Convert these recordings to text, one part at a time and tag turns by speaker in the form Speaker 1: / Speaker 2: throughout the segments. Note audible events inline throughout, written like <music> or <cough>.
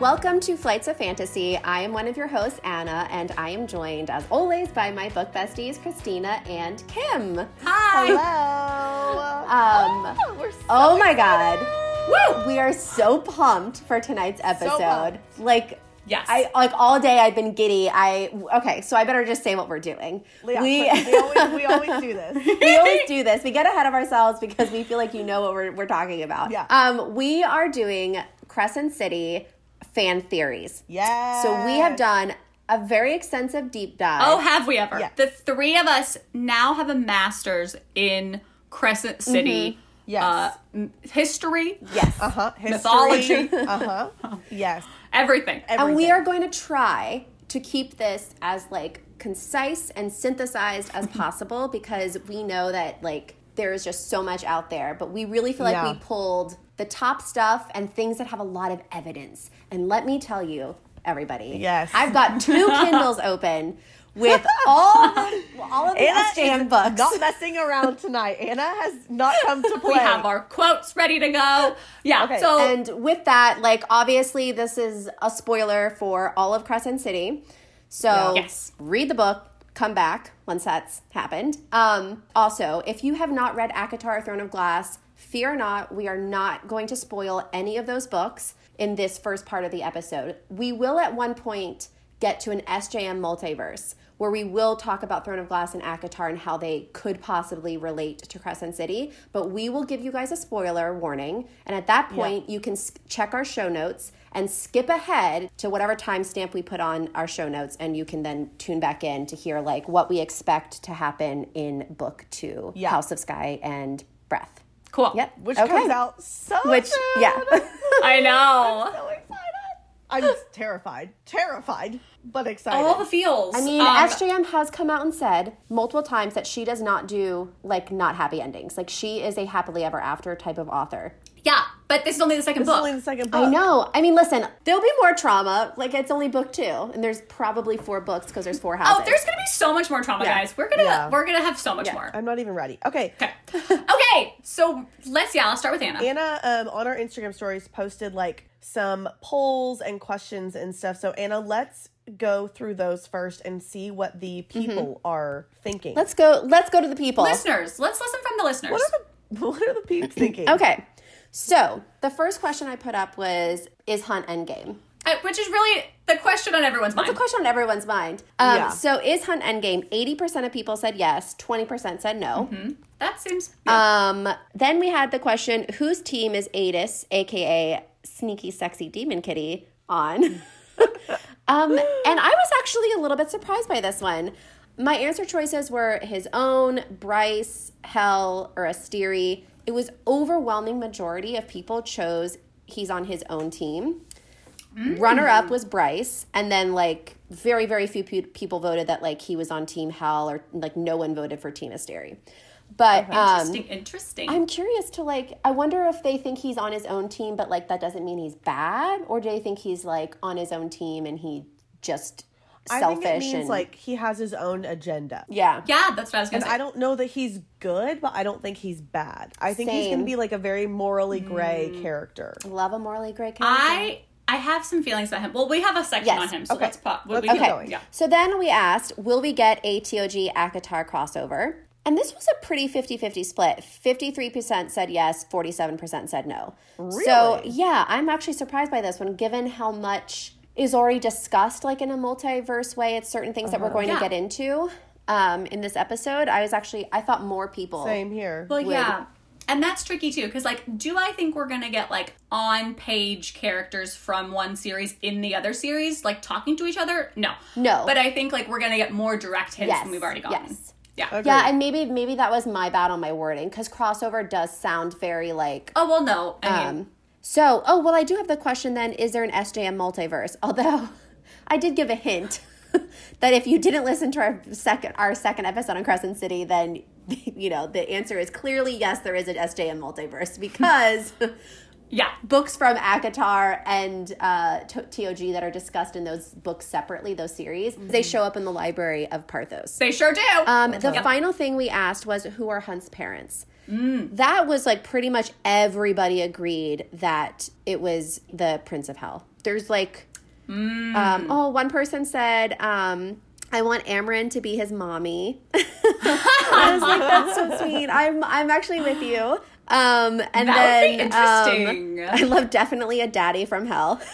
Speaker 1: Welcome to Flights of Fantasy. I am one of your hosts, Anna, and I am joined, as always, by my book besties, Christina and Kim.
Speaker 2: Hi.
Speaker 3: Hello.
Speaker 1: Um,
Speaker 3: Oh, we're so
Speaker 1: oh my god.
Speaker 2: Woo!
Speaker 1: We are so pumped for tonight's episode.
Speaker 3: pumped.
Speaker 1: like,
Speaker 2: Yes.
Speaker 1: I like all day I've been giddy. I okay, so I better just say what we're doing.
Speaker 3: Yeah,
Speaker 1: <laughs> we
Speaker 3: <laughs> <laughs> we, always, we always do this.
Speaker 1: we always do this. We get ahead of ourselves because we feel like you know what we're, we're talking about.
Speaker 3: Yeah.
Speaker 1: Um, we are doing Crescent City fan theories.
Speaker 3: Yeah.
Speaker 1: <laughs> So we
Speaker 3: Uh,
Speaker 1: have done uh, a very extensive deep dive.
Speaker 2: oh, have we ever?
Speaker 3: Yeah.
Speaker 2: The three of us now have a master's in Crescent City
Speaker 3: Mm-hmm. Yes.
Speaker 2: uh, m- history,
Speaker 3: <laughs>
Speaker 1: yes.
Speaker 3: Uh huh.
Speaker 2: mythology.
Speaker 3: <laughs> Uh
Speaker 1: <laughs>
Speaker 3: huh. Yes.
Speaker 2: everything.
Speaker 1: and we
Speaker 3: everything.
Speaker 1: are going to try to keep this as like concise and synthesized
Speaker 3: <laughs>
Speaker 1: as possible because we know that like there is just so much out there, but we really feel like
Speaker 3: Yeah.
Speaker 1: we pulled the top stuff and things that have a lot of evidence. And let me tell you, everybody,
Speaker 3: Yes.
Speaker 1: I've got
Speaker 3: <laughs>
Speaker 1: two Kindles open with all the, all of the
Speaker 3: Anna
Speaker 1: SJM
Speaker 3: is
Speaker 1: books.
Speaker 3: not messing around tonight. Anna has not come
Speaker 1: <laughs>
Speaker 3: to play.
Speaker 2: We have our quotes ready to go. Yeah.
Speaker 3: Okay.
Speaker 2: So
Speaker 1: And with that, like obviously this is a spoiler for all of Crescent City. So
Speaker 2: Yeah. Yes.
Speaker 1: read the book, come back once that's happened. Um, also, if you have not read ACOTAR Throne of Glass, fear not, we are not going to spoil any of those books in this first part of the episode. We will at one point get to an SJM multiverse where we will talk about Throne of Glass and ACOTAR and how they could possibly relate to Crescent City, but we will give you guys a spoiler warning. And at that point, you can s- check our show notes and skip ahead to whatever timestamp we put on our show notes, and you can then tune back in to hear like what we expect to happen in book two,
Speaker 3: Yeah.
Speaker 1: House of Sky and Breath.
Speaker 2: cool.
Speaker 1: Yep,
Speaker 3: which
Speaker 1: Okay.
Speaker 3: comes out so
Speaker 1: Which
Speaker 3: soon.
Speaker 1: yeah, <laughs>
Speaker 2: I know.
Speaker 3: So excited. I'm terrified. Terrified, but excited.
Speaker 2: All the feels.
Speaker 1: I mean,
Speaker 2: Um,
Speaker 1: SJM has come out and said multiple times that she does not do like not happy endings. Like she is a happily ever after type of author.
Speaker 2: yeah, but this is only the second
Speaker 3: This is
Speaker 2: book.
Speaker 3: only the second book.
Speaker 1: I know. I mean, listen, there'll be more trauma. Like it's only book two, and there's probably four books because there's four houses.
Speaker 2: Oh, there's gonna be so much more trauma,
Speaker 1: Yeah.
Speaker 2: guys. We're gonna
Speaker 3: Yeah.
Speaker 2: we're gonna have so much more.
Speaker 3: I'm not even ready. Okay.
Speaker 2: Okay. okay. So let's yeah, let's start with Anna.
Speaker 3: Anna um, on our Instagram stories posted like some polls and questions and stuff. So Anna, let's go through those first and see what the people are thinking.
Speaker 1: Mm-hmm. let's go. Let's go to the people.
Speaker 2: Listeners, let's listen from the listeners.
Speaker 3: what are the <laughs> what are the peeps thinking?
Speaker 1: Okay. So the first question I put up was, "Is Hunt endgame?"
Speaker 2: Uh, which is really the question on everyone's mind.
Speaker 1: It's a question on everyone's mind. Um,
Speaker 3: Yeah.
Speaker 1: So is Hunt endgame? Eighty percent of people said yes. Twenty percent said
Speaker 2: Mm-hmm.
Speaker 1: no.
Speaker 2: that seems.
Speaker 1: Um, then we had the question whose team is Adis, aka Sneaky Sexy Demon Kitty, on? <laughs> um, and I was actually a little bit surprised by this one. My answer choices were his own, Bryce, Hell, or Asteri. It was overwhelming majority of people chose he's on his own team. Runner up was Bryce, and then like very very few pe- people voted that like he was on Team Hell or like no one voted for Team Asteri. But um,
Speaker 2: interesting. interesting.
Speaker 1: I'm curious to like, I wonder if they think he's on his own team, but like that doesn't mean he's bad, or do they think he's like on his own team and he just
Speaker 3: I
Speaker 1: selfish
Speaker 3: think it means
Speaker 1: and
Speaker 3: like he has his own agenda.
Speaker 1: yeah,
Speaker 2: yeah, that's what I was gonna
Speaker 3: And
Speaker 2: say.
Speaker 3: I don't know that he's good, but I don't think he's bad. I think he's going
Speaker 1: Same.
Speaker 3: to be like a very morally gray
Speaker 2: Mm.
Speaker 3: character.
Speaker 1: love a morally gray character.
Speaker 2: I I have some feelings about him. Well, we have a section
Speaker 1: Yes.
Speaker 2: on him, so
Speaker 3: Okay.
Speaker 2: let's pop. we
Speaker 3: Let's
Speaker 2: can-
Speaker 3: keep
Speaker 1: okay.
Speaker 3: going.
Speaker 2: Yeah.
Speaker 1: So then we asked, will we get a TOG Akatar crossover? And this was a pretty 50-50 split. 53% said yes, 47% said no. So,
Speaker 3: Really?
Speaker 1: yeah, I'm actually surprised by this one given how much is already discussed like in a multiverse way. It's certain things that
Speaker 3: Uh-huh.
Speaker 1: we're going
Speaker 2: Yeah.
Speaker 1: to get into um, in this episode. I was actually I thought more people.
Speaker 3: Same here.
Speaker 2: Well, yeah. And that's tricky too, because like, do I think we're gonna get like on page characters from one series in the other series, like talking to each other? No.
Speaker 1: No.
Speaker 2: But I think like we're gonna get more direct hints than we've already gotten.
Speaker 1: Yes.
Speaker 2: Yeah.
Speaker 3: Agreed.
Speaker 1: Yeah, and maybe maybe that was my bad on my wording cuz crossover does sound very like
Speaker 2: Oh well, no. I mean,
Speaker 1: Um, so, oh, well, I do have the question then is there an SJM multiverse? <laughs> Although I did give a hint <laughs> that if you didn't listen to our second our second episode on Crescent City, then <laughs> you know, the answer is clearly yes, there is an SJM multiverse <laughs> because
Speaker 2: yeah.
Speaker 1: books from ACOTAR and uh, T- TOG that are discussed in those books separately, those series, they show up in the library of Parthos.
Speaker 2: They sure do.
Speaker 1: Um, the final thing we asked was who are Hunt's parents?
Speaker 2: Mm.
Speaker 1: That was like pretty much everybody agreed that it was the Prince of Hell. there's like
Speaker 2: Mm.
Speaker 1: um, oh one person said um, I want Amarin to be his mommy. <laughs> I was like, that's
Speaker 2: <laughs>
Speaker 1: so sweet. I'm I'm actually with you. Um, and
Speaker 2: That would be
Speaker 1: then um, <laughs> I
Speaker 2: interesting.
Speaker 1: love definitely a daddy from hell. <laughs>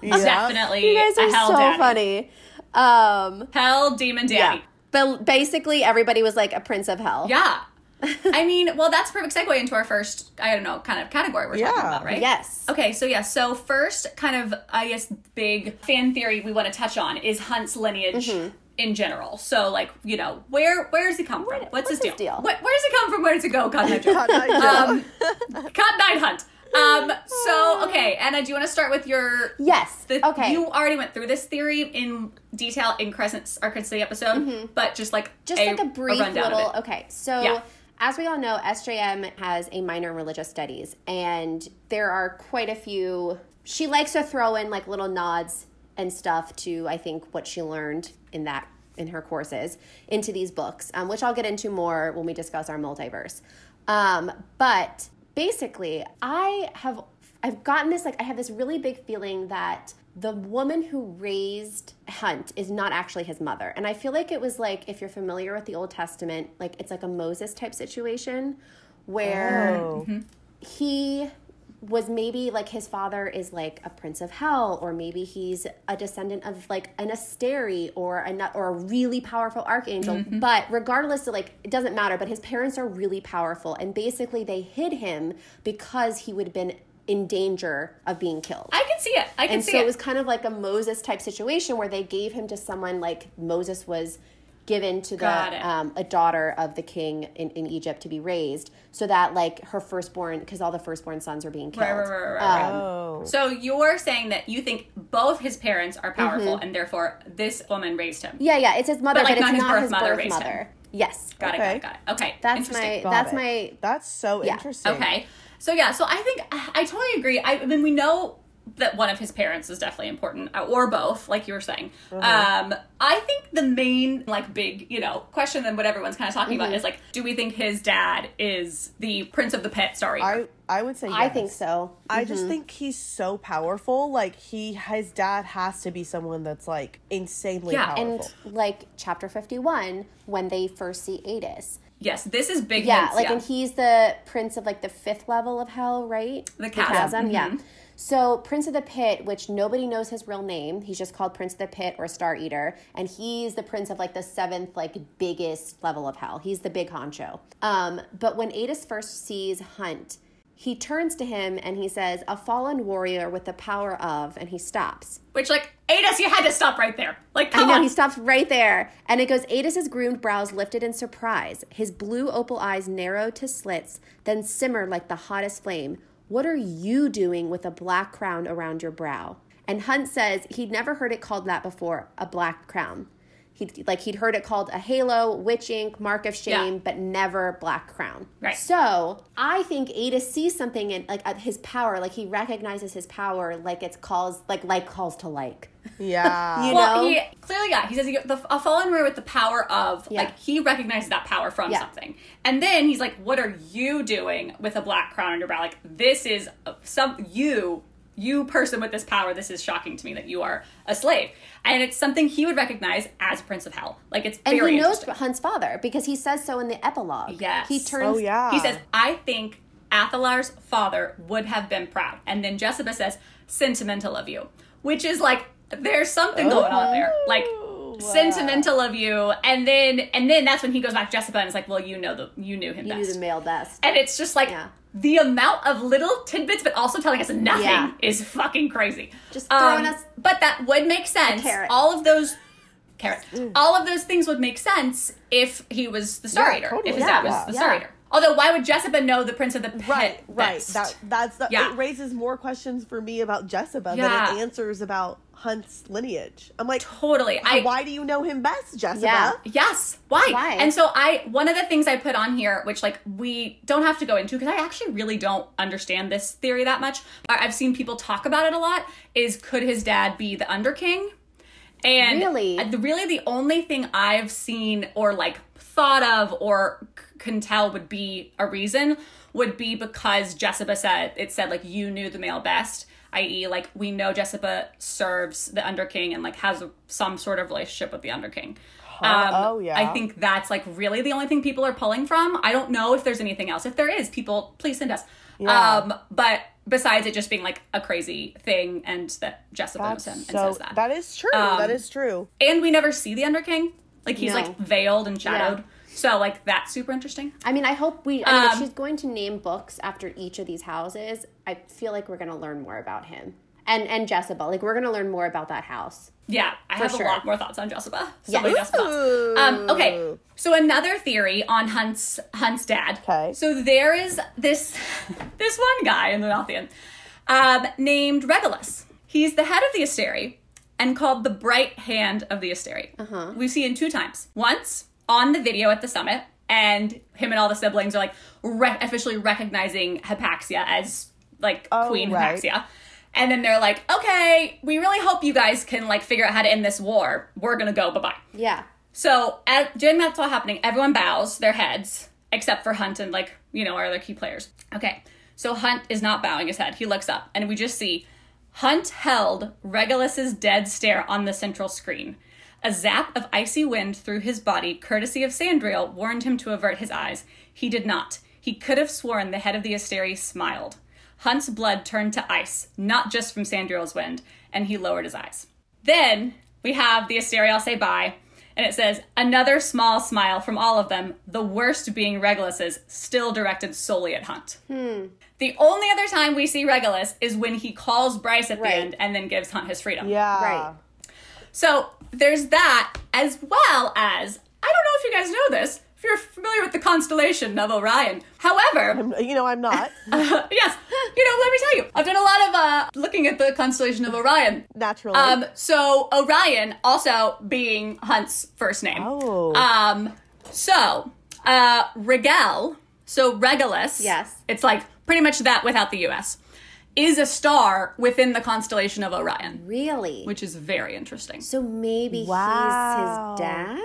Speaker 3: Yeah. <laughs>
Speaker 2: Definitely.
Speaker 1: you guys
Speaker 2: a
Speaker 1: are
Speaker 2: hell
Speaker 1: so
Speaker 2: daddy.
Speaker 1: funny. Um,
Speaker 2: Hell demon
Speaker 1: yeah.
Speaker 2: daddy.
Speaker 1: But basically, everybody was like a prince of hell. <laughs>
Speaker 2: Yeah. I mean, well, that's a perfect segue into our first, I don't know, kind of category we're talking
Speaker 3: Yeah.
Speaker 2: about, right?
Speaker 1: Yes.
Speaker 2: Okay, so yeah, so first kind of, I guess, big fan theory we want to touch on is Hunt's lineage
Speaker 1: Mm-hmm.
Speaker 2: in general. So, like, you know, where where does he come from? What's, his deal? Wh- Where, does he come from? Where does he go? God,
Speaker 1: <laughs>
Speaker 2: no joke.
Speaker 3: God, I know.
Speaker 2: um, Cotton Eye Hunt. Um, so, okay, Anna, do you want to start with your
Speaker 1: Yes.
Speaker 2: the,
Speaker 1: Ah. okay.
Speaker 2: You already went through this theory in detail in Crescent, our Crescent City episode, but just like
Speaker 1: Mm-hmm. just like a brief
Speaker 2: rundown of
Speaker 1: little
Speaker 2: it.
Speaker 1: okay so
Speaker 2: Yeah.
Speaker 1: as we all know sjm has a minor in religious studies and there are quite a few she likes to throw in like little nods and stuff to i think what she learned in that in her courses into these books um, which i'll get into more when we discuss our multiverse um, but basically i have i've gotten this like i have this really big feeling that the woman who raised Hunt is not actually his mother. And I feel like it was like, if you're familiar with the Old Testament, like it's like a Moses type situation where
Speaker 3: Oh.
Speaker 2: mm-hmm.
Speaker 1: he was maybe like his father is like a prince of hell or maybe he's a descendant of like an asteri or a nut or a really powerful archangel but regardless of like it doesn't matter but his parents are really powerful and basically they hid him because he would have been in danger of being killed
Speaker 2: I can see it. I can
Speaker 1: and
Speaker 2: see
Speaker 1: so
Speaker 2: it.
Speaker 1: it was kind of like a Moses type situation where they gave him to someone like Moses was given to
Speaker 2: Got it.
Speaker 1: the um, a daughter of the king in, in Egypt to be raised so that like her firstborn because all the firstborn sons are being killed. Um,
Speaker 2: Right, right, right, right, right, right.
Speaker 3: Oh.
Speaker 2: So you're saying that you think both his parents are powerful, and therefore this woman raised him.
Speaker 1: Mm-hmm. Yeah, yeah, it's his mother,
Speaker 2: But,
Speaker 1: but,
Speaker 2: like,
Speaker 1: it's
Speaker 2: not
Speaker 1: not his
Speaker 2: his
Speaker 1: birth,
Speaker 2: birth mother
Speaker 1: mother.
Speaker 2: raised him.
Speaker 1: Yes.
Speaker 2: Got
Speaker 3: Okay.
Speaker 2: it. Got it. Got it. Okay.
Speaker 1: That's my
Speaker 2: Interesting.
Speaker 3: Got
Speaker 1: that's
Speaker 3: it.
Speaker 1: my
Speaker 3: That's so
Speaker 1: Yeah.
Speaker 3: interesting.
Speaker 2: Okay. So yeah. So I think I I totally agree. I, I mean, we know that one of his parents is definitely important, uh, or both, like you were saying.
Speaker 1: Mm-hmm.
Speaker 2: Um, I think the main like big you know question that what everyone's kind of talking
Speaker 1: Mm-hmm.
Speaker 2: about is like, do we think his dad is the prince of the pet? Sorry.
Speaker 3: I I would say
Speaker 1: I
Speaker 3: yes.
Speaker 1: think so.
Speaker 3: I just
Speaker 2: Mm-hmm.
Speaker 3: think he's so powerful. Like he, his dad has to be someone that's like insanely
Speaker 2: Yeah, and- <laughs>
Speaker 3: powerful.
Speaker 1: And like chapter 51 when they first see Adis.
Speaker 2: yes. This is big.
Speaker 1: Yeah,
Speaker 2: hints,
Speaker 1: like and he's the prince of like the fifth level of hell, right?
Speaker 2: The chasm, Mm-hmm.
Speaker 1: yeah. So Prince of the Pit, which nobody knows his real name, he's just called Prince of the Pit or Star Eater, and he's the prince of like the seventh, like biggest level of hell. He's the big honcho. Um, but when Adis first sees Hunt, he turns to him and he says, "A fallen warrior with the power of," and he stops.
Speaker 2: Which like, Adis, you had to stop right there. Like,
Speaker 1: I
Speaker 2: come
Speaker 1: know,
Speaker 2: on.
Speaker 1: he stops right there. And it goes, Adis's groomed brows lifted in surprise. His blue opal eyes narrowed to slits, then simmered like the hottest flame. What are you doing with a black crown around your brow? And Hunt says he'd never heard it called that before, a black crown. He'd, like he'd heard it called a halo, witch ink, mark of shame,
Speaker 2: Yeah.
Speaker 1: but never black crown.
Speaker 2: Right.
Speaker 1: So I think Ada sees something in like at his power, like he recognizes his power, like it's calls like like calls to like. <laughs>
Speaker 3: yeah.
Speaker 1: You
Speaker 2: well,
Speaker 1: know?
Speaker 2: he clearly, yeah, he says he, the, a fallen warrior with the power of,
Speaker 1: Yeah.
Speaker 2: like, he recognizes that power from
Speaker 1: Yeah.
Speaker 2: something. And then he's like, What are you doing with a black crown on your brow? Like, this is uh, some, you, you person with this power, this is shocking to me that you are a slave. And it's something he would recognize as Prince of Hell. Like, it's
Speaker 1: And
Speaker 2: very
Speaker 1: he knows
Speaker 2: interesting.
Speaker 1: Hunt's father because he says so in the epilogue.
Speaker 2: Yes.
Speaker 1: He turns.
Speaker 3: oh yeah.
Speaker 2: He says, I think Athalar's father would have been proud. And then Jessica says, sentimental of you. Which is like, there's something going on there. Like,
Speaker 1: Oh,
Speaker 2: sentimental of you. And then, and then that's when he goes back to Jessica and is like, well, you know, the, you knew him
Speaker 1: You do
Speaker 2: best.
Speaker 1: the male best.
Speaker 2: and it's just like,
Speaker 1: Yeah.
Speaker 2: the amount of little tidbits, but also telling us nothing
Speaker 1: Yeah.
Speaker 2: is fucking crazy. Um,
Speaker 1: Just throwing us
Speaker 2: But that would make sense.
Speaker 1: carrot. Mm.
Speaker 2: All of those carrot. All of those things would make sense if he was the star
Speaker 3: Yeah,
Speaker 2: eater.
Speaker 3: totally.
Speaker 2: If his
Speaker 1: Yeah,
Speaker 2: dad was the
Speaker 1: yeah.
Speaker 2: star
Speaker 1: yeah.
Speaker 2: eater. Although, why would Jessica know the prince of the pit?
Speaker 3: right, right.
Speaker 2: best?
Speaker 3: That that's the,
Speaker 2: Yeah.
Speaker 3: it raises more questions for me about Jessica than
Speaker 2: Yeah.
Speaker 3: it answers about Hunt's lineage. I'm like,
Speaker 2: totally. I
Speaker 3: why do you know him best, Jessica?
Speaker 1: Yeah.
Speaker 2: Yes. Why?
Speaker 1: Why?
Speaker 2: And so I one of the things I put on here, which like we don't have to go into because I actually really don't understand this theory that much. I- I've seen people talk about it a lot. Is could his dad be the Underking? And
Speaker 1: Really?
Speaker 2: uh, the- really the only thing I've seen or like thought of or c- can tell would be a reason would be because Jessica said it said like you knew the male best. i.e., like we know Jessica serves the Underking and like has a, some sort of relationship with the Underking. Um,
Speaker 3: oh, yeah.
Speaker 2: I think that's like really the only thing people are pulling from. I don't know if there's anything else. If there is, people please send us.
Speaker 3: Yeah.
Speaker 2: Um, but besides it just being like a crazy thing, and that Jessica knows
Speaker 3: That's
Speaker 2: him and
Speaker 3: so
Speaker 2: says that. Um,
Speaker 3: that is true. that is true.
Speaker 2: and we never see the Underking. Like he's
Speaker 1: No.
Speaker 2: like veiled and shadowed. So like that's super interesting.
Speaker 1: I mean, I hope we. I mean, if
Speaker 2: Um,
Speaker 1: she's going to name books after each of these houses, I feel like we're going to learn more about him and and Jezebel. Like we're going to learn more about that house.
Speaker 2: Yeah, I have
Speaker 1: sure.
Speaker 2: a lot more thoughts on Jessica. So
Speaker 1: Yes.
Speaker 2: many Jessica thoughts. Um, okay, so another theory on Hunt's Hunt's dad.
Speaker 3: Okay.
Speaker 2: So there is this <laughs> this one guy in the Malthian um, named Regulus. He's the head of the Asteri and called the Bright Hand of the Asteri. Uh-huh. We see him two times. Once on the video at the summit, and him and all the siblings are like re- officially recognizing Hypaxia as like Queen
Speaker 3: right.
Speaker 2: Hypaxia. And then they're like, okay, we really hope you guys can like figure out how to end this war. We're gonna go, bye bye.
Speaker 1: Yeah.
Speaker 2: So at, during that's all happening, everyone bows their heads except for Hunt and like you know our other key players. Okay, so Hunt is not bowing his head. He looks up, and we just see Hunt held Regulus's dead stare on the central screen. A zap of icy wind through his body, courtesy of Sandriel, warned him to avert his eyes. He did not. He could have sworn the head of the Asteri smiled. Hunt's blood turned to ice, not just from Sandriel's wind, and he lowered his eyes. Then we have the Asteri all say bye, and it says, another small smile from all of them, the worst being Regulus's, still directed solely at Hunt. The only other time we see Regulus is when he calls Bryce at
Speaker 1: Right.
Speaker 2: the end and then gives Hunt his freedom.
Speaker 3: Yeah.
Speaker 1: Right.
Speaker 2: So there's that, as well as, I don't know if you guys know this, if you're familiar with the constellation of Orion. However,
Speaker 3: <laughs> You know, I'm
Speaker 2: <laughs>
Speaker 3: not
Speaker 2: yes, you know, let me tell you, I've done a lot of uh, looking at the constellation of Orion.
Speaker 3: naturally.
Speaker 2: Um, so Orion also being Hunt's first name.
Speaker 3: Oh.
Speaker 2: Um, so uh, Regal, so Regulus.
Speaker 1: Yes.
Speaker 2: It's like pretty much that without the U.S. is a star within the constellation of Orion,
Speaker 1: Really.
Speaker 2: which is very interesting.
Speaker 1: so maybe
Speaker 3: Wow.
Speaker 1: he's his dad.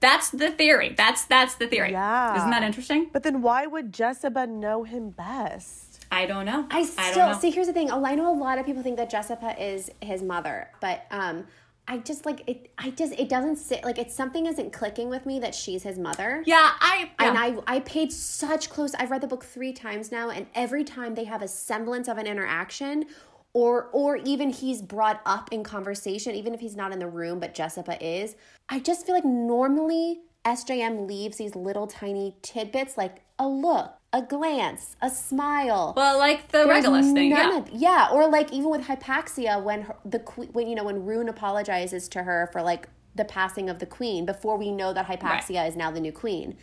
Speaker 2: That's the theory. That's that's the theory.
Speaker 3: Yeah.
Speaker 2: Isn't that interesting?
Speaker 3: but then why would Jessica know him best?
Speaker 2: I don't know.
Speaker 1: I
Speaker 2: don't
Speaker 1: still
Speaker 2: know.
Speaker 1: see. Here's the thing. Oh, I know a lot of people think that Jessica is his mother, but um, I just like it. I just it doesn't sit like it's something isn't clicking with me that she's his mother.
Speaker 2: Yeah, I. Yeah.
Speaker 1: And I, I paid such close. I've read the book three times now, and every time they have a semblance of an interaction, or or even he's brought up in conversation, even if he's not in the room, but Jessica is. I just feel like normally SJM leaves these little tiny tidbits, like a look, a glance, a smile.
Speaker 2: well, like the
Speaker 1: There's
Speaker 2: Regulus thing.
Speaker 1: none
Speaker 2: Yeah.
Speaker 1: of- yeah, or like even with Hypaxia, when her, the que- when you know when Rune apologizes to her for like the passing of the queen before we know that Hypaxia is now the new queen.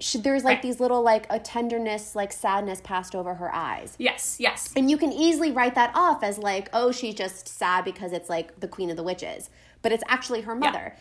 Speaker 1: She, there's like
Speaker 2: Right.
Speaker 1: these little like a tenderness, like sadness passed over her eyes.
Speaker 2: yes. Yes.
Speaker 1: And you can easily write that off as like, oh, she's just sad because it's like the queen of the witches, but it's actually her mother.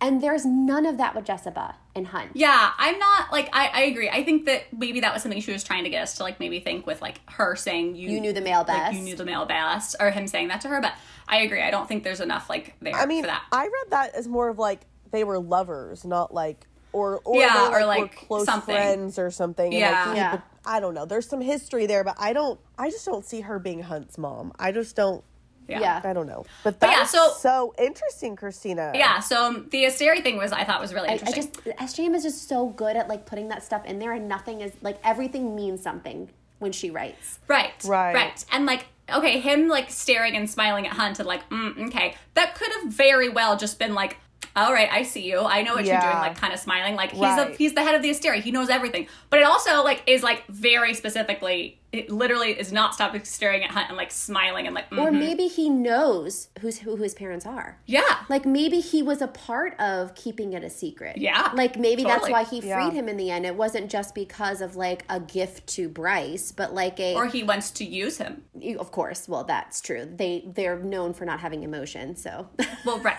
Speaker 1: And there's none of that with Jessica and Hunt.
Speaker 2: Yeah, I'm not like I, I agree. I think that maybe that was something she was trying to get us to like maybe think with like her saying you,
Speaker 1: You knew the male
Speaker 2: like,
Speaker 1: best.
Speaker 2: you knew the male best or him saying that to her, but I agree. I don't think there's enough like there
Speaker 3: I mean,
Speaker 2: for that.
Speaker 3: I read that as more of like they were lovers, not like or or
Speaker 2: Yeah,
Speaker 3: they,
Speaker 2: or,
Speaker 3: were
Speaker 2: like,
Speaker 3: close
Speaker 2: something.
Speaker 3: friends or something. and,
Speaker 2: Yeah.
Speaker 3: like, he-
Speaker 1: Yeah.
Speaker 3: I don't know. There's some history there, but I don't. I just don't see her being Hunt's mom. I just don't.
Speaker 2: Yeah.
Speaker 1: Yeah.
Speaker 3: I don't know. But that's
Speaker 2: yeah, so-
Speaker 3: so, interesting, Christina.
Speaker 2: Yeah, so um, the Asteri thing was I thought was really
Speaker 1: I, I
Speaker 2: interesting.
Speaker 1: just SJM is just so good at like putting that stuff in there, and nothing is like everything means something when she writes.
Speaker 2: Right.
Speaker 3: Right.
Speaker 2: Right. And like, okay, him like staring and smiling at Hunt and like, mm, okay, that could have very well just been like, all right, I see you. I know what you're doing.
Speaker 3: Yeah.
Speaker 2: Like, kind of smiling. Like he's a,
Speaker 3: Right.
Speaker 2: he's the head of the Asteri. He knows everything. But it also like is like very specifically. It literally is not stopping staring at Hunt and like smiling and like,
Speaker 1: Or
Speaker 2: mhm.
Speaker 1: maybe he knows who's who, who his parents are.
Speaker 2: yeah,
Speaker 1: Like maybe he was a part of keeping it a secret.
Speaker 2: Yeah,
Speaker 1: Like maybe that's
Speaker 2: totally.
Speaker 1: why he freed
Speaker 3: Yeah.
Speaker 1: him in the end. It wasn't just because of like a gift to Bryce, but like a
Speaker 2: or he wants to use him.
Speaker 1: you- of course, well that's true. They they're known for not having emotion, so <laughs>
Speaker 2: Well,
Speaker 3: <laughs>
Speaker 2: right.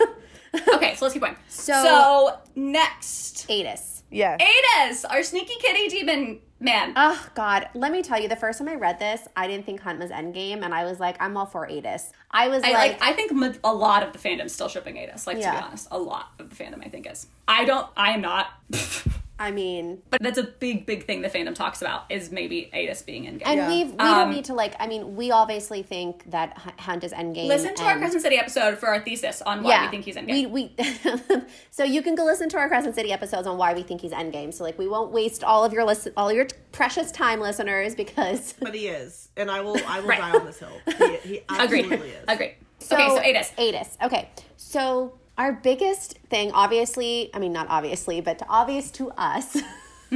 Speaker 2: okay, so let's keep going. So,
Speaker 1: So-
Speaker 2: next,
Speaker 1: Atis.
Speaker 3: Yes.
Speaker 2: Adas, our sneaky kitty demon man.
Speaker 1: Oh God! Let me tell you, the first time I read this, I didn't think Hunt was Endgame, and I was like, I'm all for Atis. I was
Speaker 2: I, like, I think m- a lot of the fandom's still shipping Adas. Like to
Speaker 1: Yeah.
Speaker 2: be honest, a lot of the fandom I think is. I don't. I am not. <laughs>
Speaker 1: I mean,
Speaker 2: But that's a big, big thing the fandom talks about is maybe Adis being in
Speaker 1: and
Speaker 2: game.
Speaker 1: we've, we
Speaker 2: Um,
Speaker 1: don't need to like. I mean, we obviously think that H- Hunt is endgame.
Speaker 2: Listen to our
Speaker 1: and-
Speaker 2: Crescent City episode for our thesis on why we think he's in game.
Speaker 1: We, we <laughs> so you can go listen to our Crescent City episodes on why we think he's endgame. So like we won't waste all of your listen, all your t- precious time, listeners, because <laughs>
Speaker 4: But he is, and I will. I will
Speaker 2: Right.
Speaker 4: die on this hill. He, he
Speaker 2: <laughs> Agreed.
Speaker 4: absolutely is.
Speaker 2: Agreed. okay, so Adis.
Speaker 1: Adis. Okay. So our biggest thing, obviously, I mean not obviously, but obvious to
Speaker 2: <laughs>
Speaker 1: us, <laughs>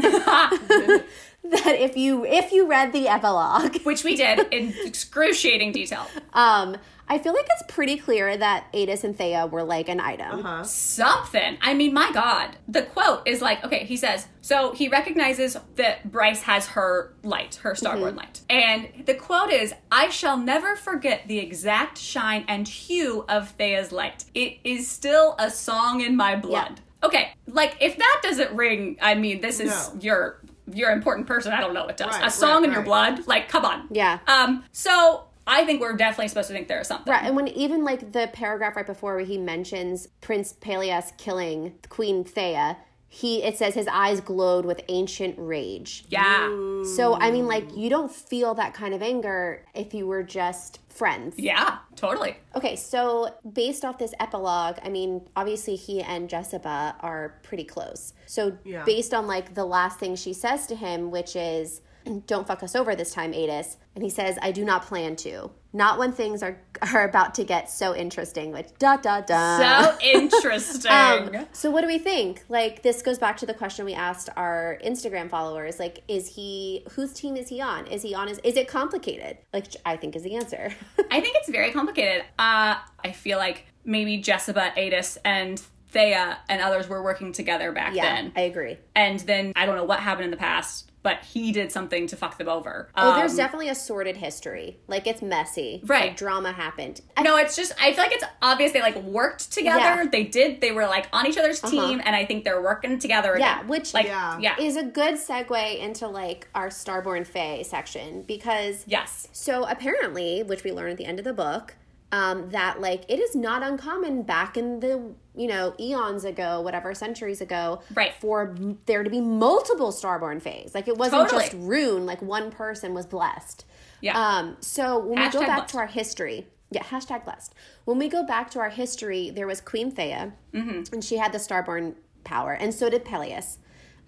Speaker 1: that if you if you read the epilogue,
Speaker 2: Which we did in <laughs> excruciating detail.
Speaker 1: um, I feel like it's pretty clear that Adis and Thea were like an item.
Speaker 4: Huh?
Speaker 2: something. I mean, my God. The quote is like, okay, he says, so he recognizes that Bryce has her light, her starborn
Speaker 4: Mm-hmm.
Speaker 2: light. And the quote is, I shall never forget the exact shine and hue of Thea's light. It is still a song in my blood. Okay, like if that doesn't ring, I mean, this is
Speaker 4: No.
Speaker 2: your your important person. I don't know what does.
Speaker 4: Right,
Speaker 2: a song
Speaker 4: right,
Speaker 2: in your
Speaker 4: right.
Speaker 2: blood? Like, come on.
Speaker 1: Yeah.
Speaker 2: Um, so I think we're definitely supposed to think there is something.
Speaker 1: Right, and when even like the paragraph right before where he mentions Prince Pelias killing Queen Thea, he it says his eyes glowed with ancient rage.
Speaker 2: Yeah.
Speaker 1: So I mean, like you don't feel that kind of anger if you were just friends.
Speaker 2: Yeah, totally.
Speaker 1: Okay, so based off this epilogue, I mean, obviously he and Jessica are pretty close. So
Speaker 4: Yeah.
Speaker 1: based on like the last thing she says to him, which is, <clears throat> "Don't fuck us over this time, Adis," and he says, "I do not plan to." Not when things are <laughs> are about to get so interesting. Like da da da.
Speaker 2: <laughs> So interesting.
Speaker 1: Um, so what do we think? Like this goes back to the question we asked our Instagram followers. Like, is he whose team is he on? Is he on his? Is it complicated? Like, I think is the answer. <laughs>
Speaker 2: I think it's very complicated. Uh, I feel like maybe Jessica, Adis, and Thea and others were working together back
Speaker 1: yeah,
Speaker 2: then.
Speaker 1: I agree.
Speaker 2: and then I don't know what happened in the past, but he did something to fuck them over.
Speaker 1: Oh,
Speaker 2: Um,
Speaker 1: there's definitely a sordid history. Like it's messy.
Speaker 2: Right.
Speaker 1: Like, drama happened. I-
Speaker 2: Um, no, it's just I feel like it's obvious they like worked together.
Speaker 1: Yeah. Uh-huh.
Speaker 2: They did. They were like on each other's team, and I think they're working together.
Speaker 1: Yeah,
Speaker 2: again.
Speaker 1: which
Speaker 2: like
Speaker 4: Yeah.
Speaker 2: yeah,
Speaker 1: is a good segue into like our Starborn Fae section because
Speaker 2: yes,
Speaker 1: so apparently, which we learn at the end of the book, um, that like it is not uncommon back in the you know eons ago, whatever centuries ago,
Speaker 2: Right.
Speaker 1: for m- there to be multiple Starborn Faes. Like it wasn't
Speaker 2: Totally.
Speaker 1: just Rune. Like one person was blessed.
Speaker 2: yeah.
Speaker 1: Um, so when we go
Speaker 2: Hashtag
Speaker 1: back
Speaker 2: blessed.
Speaker 1: to our history, yeah, hashtag blessed. When we go back to our history, there was Queen Thea,
Speaker 2: Mm-hmm.
Speaker 1: and she had the starborn power, and so did Peleus.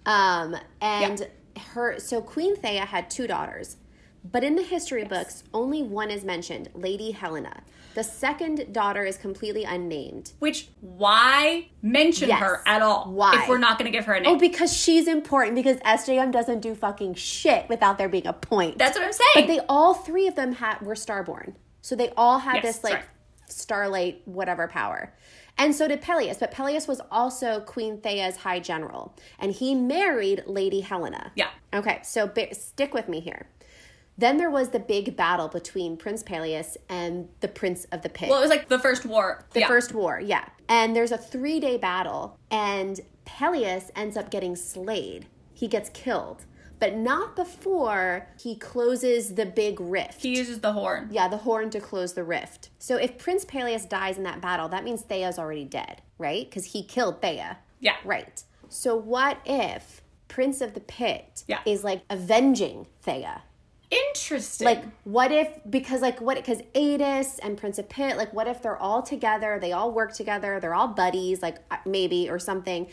Speaker 1: Um, and her, so Queen Thea had two daughters, but in the history books, only one is mentioned, Lady Helena. The second daughter is completely unnamed.
Speaker 2: which why mention
Speaker 1: Yes.
Speaker 2: her at all?
Speaker 1: Why?
Speaker 2: if we're not going to give her a name?
Speaker 1: Oh, because she's important because SJM doesn't do fucking shit without there being a point.
Speaker 2: That's what I'm saying.
Speaker 1: But they all three of them had were starborn. So they all had
Speaker 2: Yes,
Speaker 1: this like
Speaker 2: sorry.
Speaker 1: starlight whatever power. And so did Peleus, but Peleus was also Queen Thea's high general and he married Lady Helena.
Speaker 2: yeah,
Speaker 1: Okay, so bi- stick with me here. Then there was the big battle between Prince Peleus and the Prince of the Pig.
Speaker 2: well, it was like the first war.
Speaker 1: the
Speaker 2: yeah.
Speaker 1: first war, yeah. And there's a 3-day battle and Peleus ends up getting slayed. He gets killed, but not before he closes the big rift.
Speaker 2: He uses the horn.
Speaker 1: Yeah, the horn to close the rift. So if Prince Peleus dies in that battle, that means Thea's already dead, right? Because he killed Thea.
Speaker 2: Yeah.
Speaker 1: Right. So what if Prince of the Pit
Speaker 2: Yeah.
Speaker 1: is like avenging Thea?
Speaker 2: Interesting.
Speaker 1: Like, what if, because like, what, because Adis and Prince of Pit, like, what if they're all together, they all work together, they're all buddies, like, uh, maybe, or something.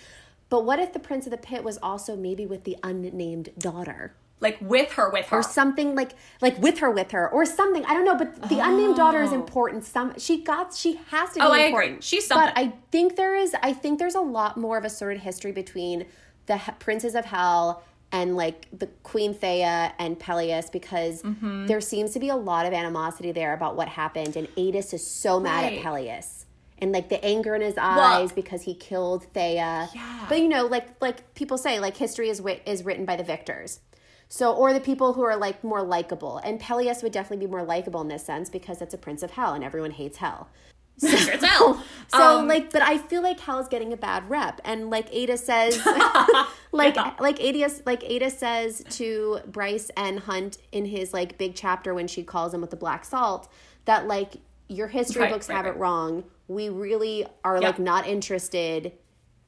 Speaker 1: But what if the Prince of the Pit was also maybe with the unnamed daughter?
Speaker 2: like with her, with her.
Speaker 1: or something like like with her with her or something i don't know but the unnamed daughter is important some she got she has to be
Speaker 2: Oh, I agree.
Speaker 1: important
Speaker 2: She's
Speaker 1: but i think there is i think there's a lot more of a sort of history between the he- princes of hell and like the queen thea and peleus because
Speaker 2: Mm-hmm.
Speaker 1: there seems to be a lot of animosity there about what happened and adis is so mad at
Speaker 2: Right.
Speaker 1: peleus and like the anger in his eyes because he killed thea
Speaker 2: Yeah.
Speaker 1: but you know like like people say like history is writ- is written by the victors so, or the people who are like more likable. And Peleus would definitely be more likable in this sense because it's a prince of hell and everyone hates hell.
Speaker 2: Secret Cell.
Speaker 1: <laughs> So,
Speaker 2: Um,
Speaker 1: like, but I feel like hell is getting a bad rep. And like Ada says,
Speaker 2: <laughs>
Speaker 1: <laughs> like, like Ada, like Ada says to Bryce and Hunt in his like big chapter when she calls him with the black salt that like your history
Speaker 2: Right,
Speaker 1: books
Speaker 2: right,
Speaker 1: have
Speaker 2: right.
Speaker 1: it wrong. We really are like not interested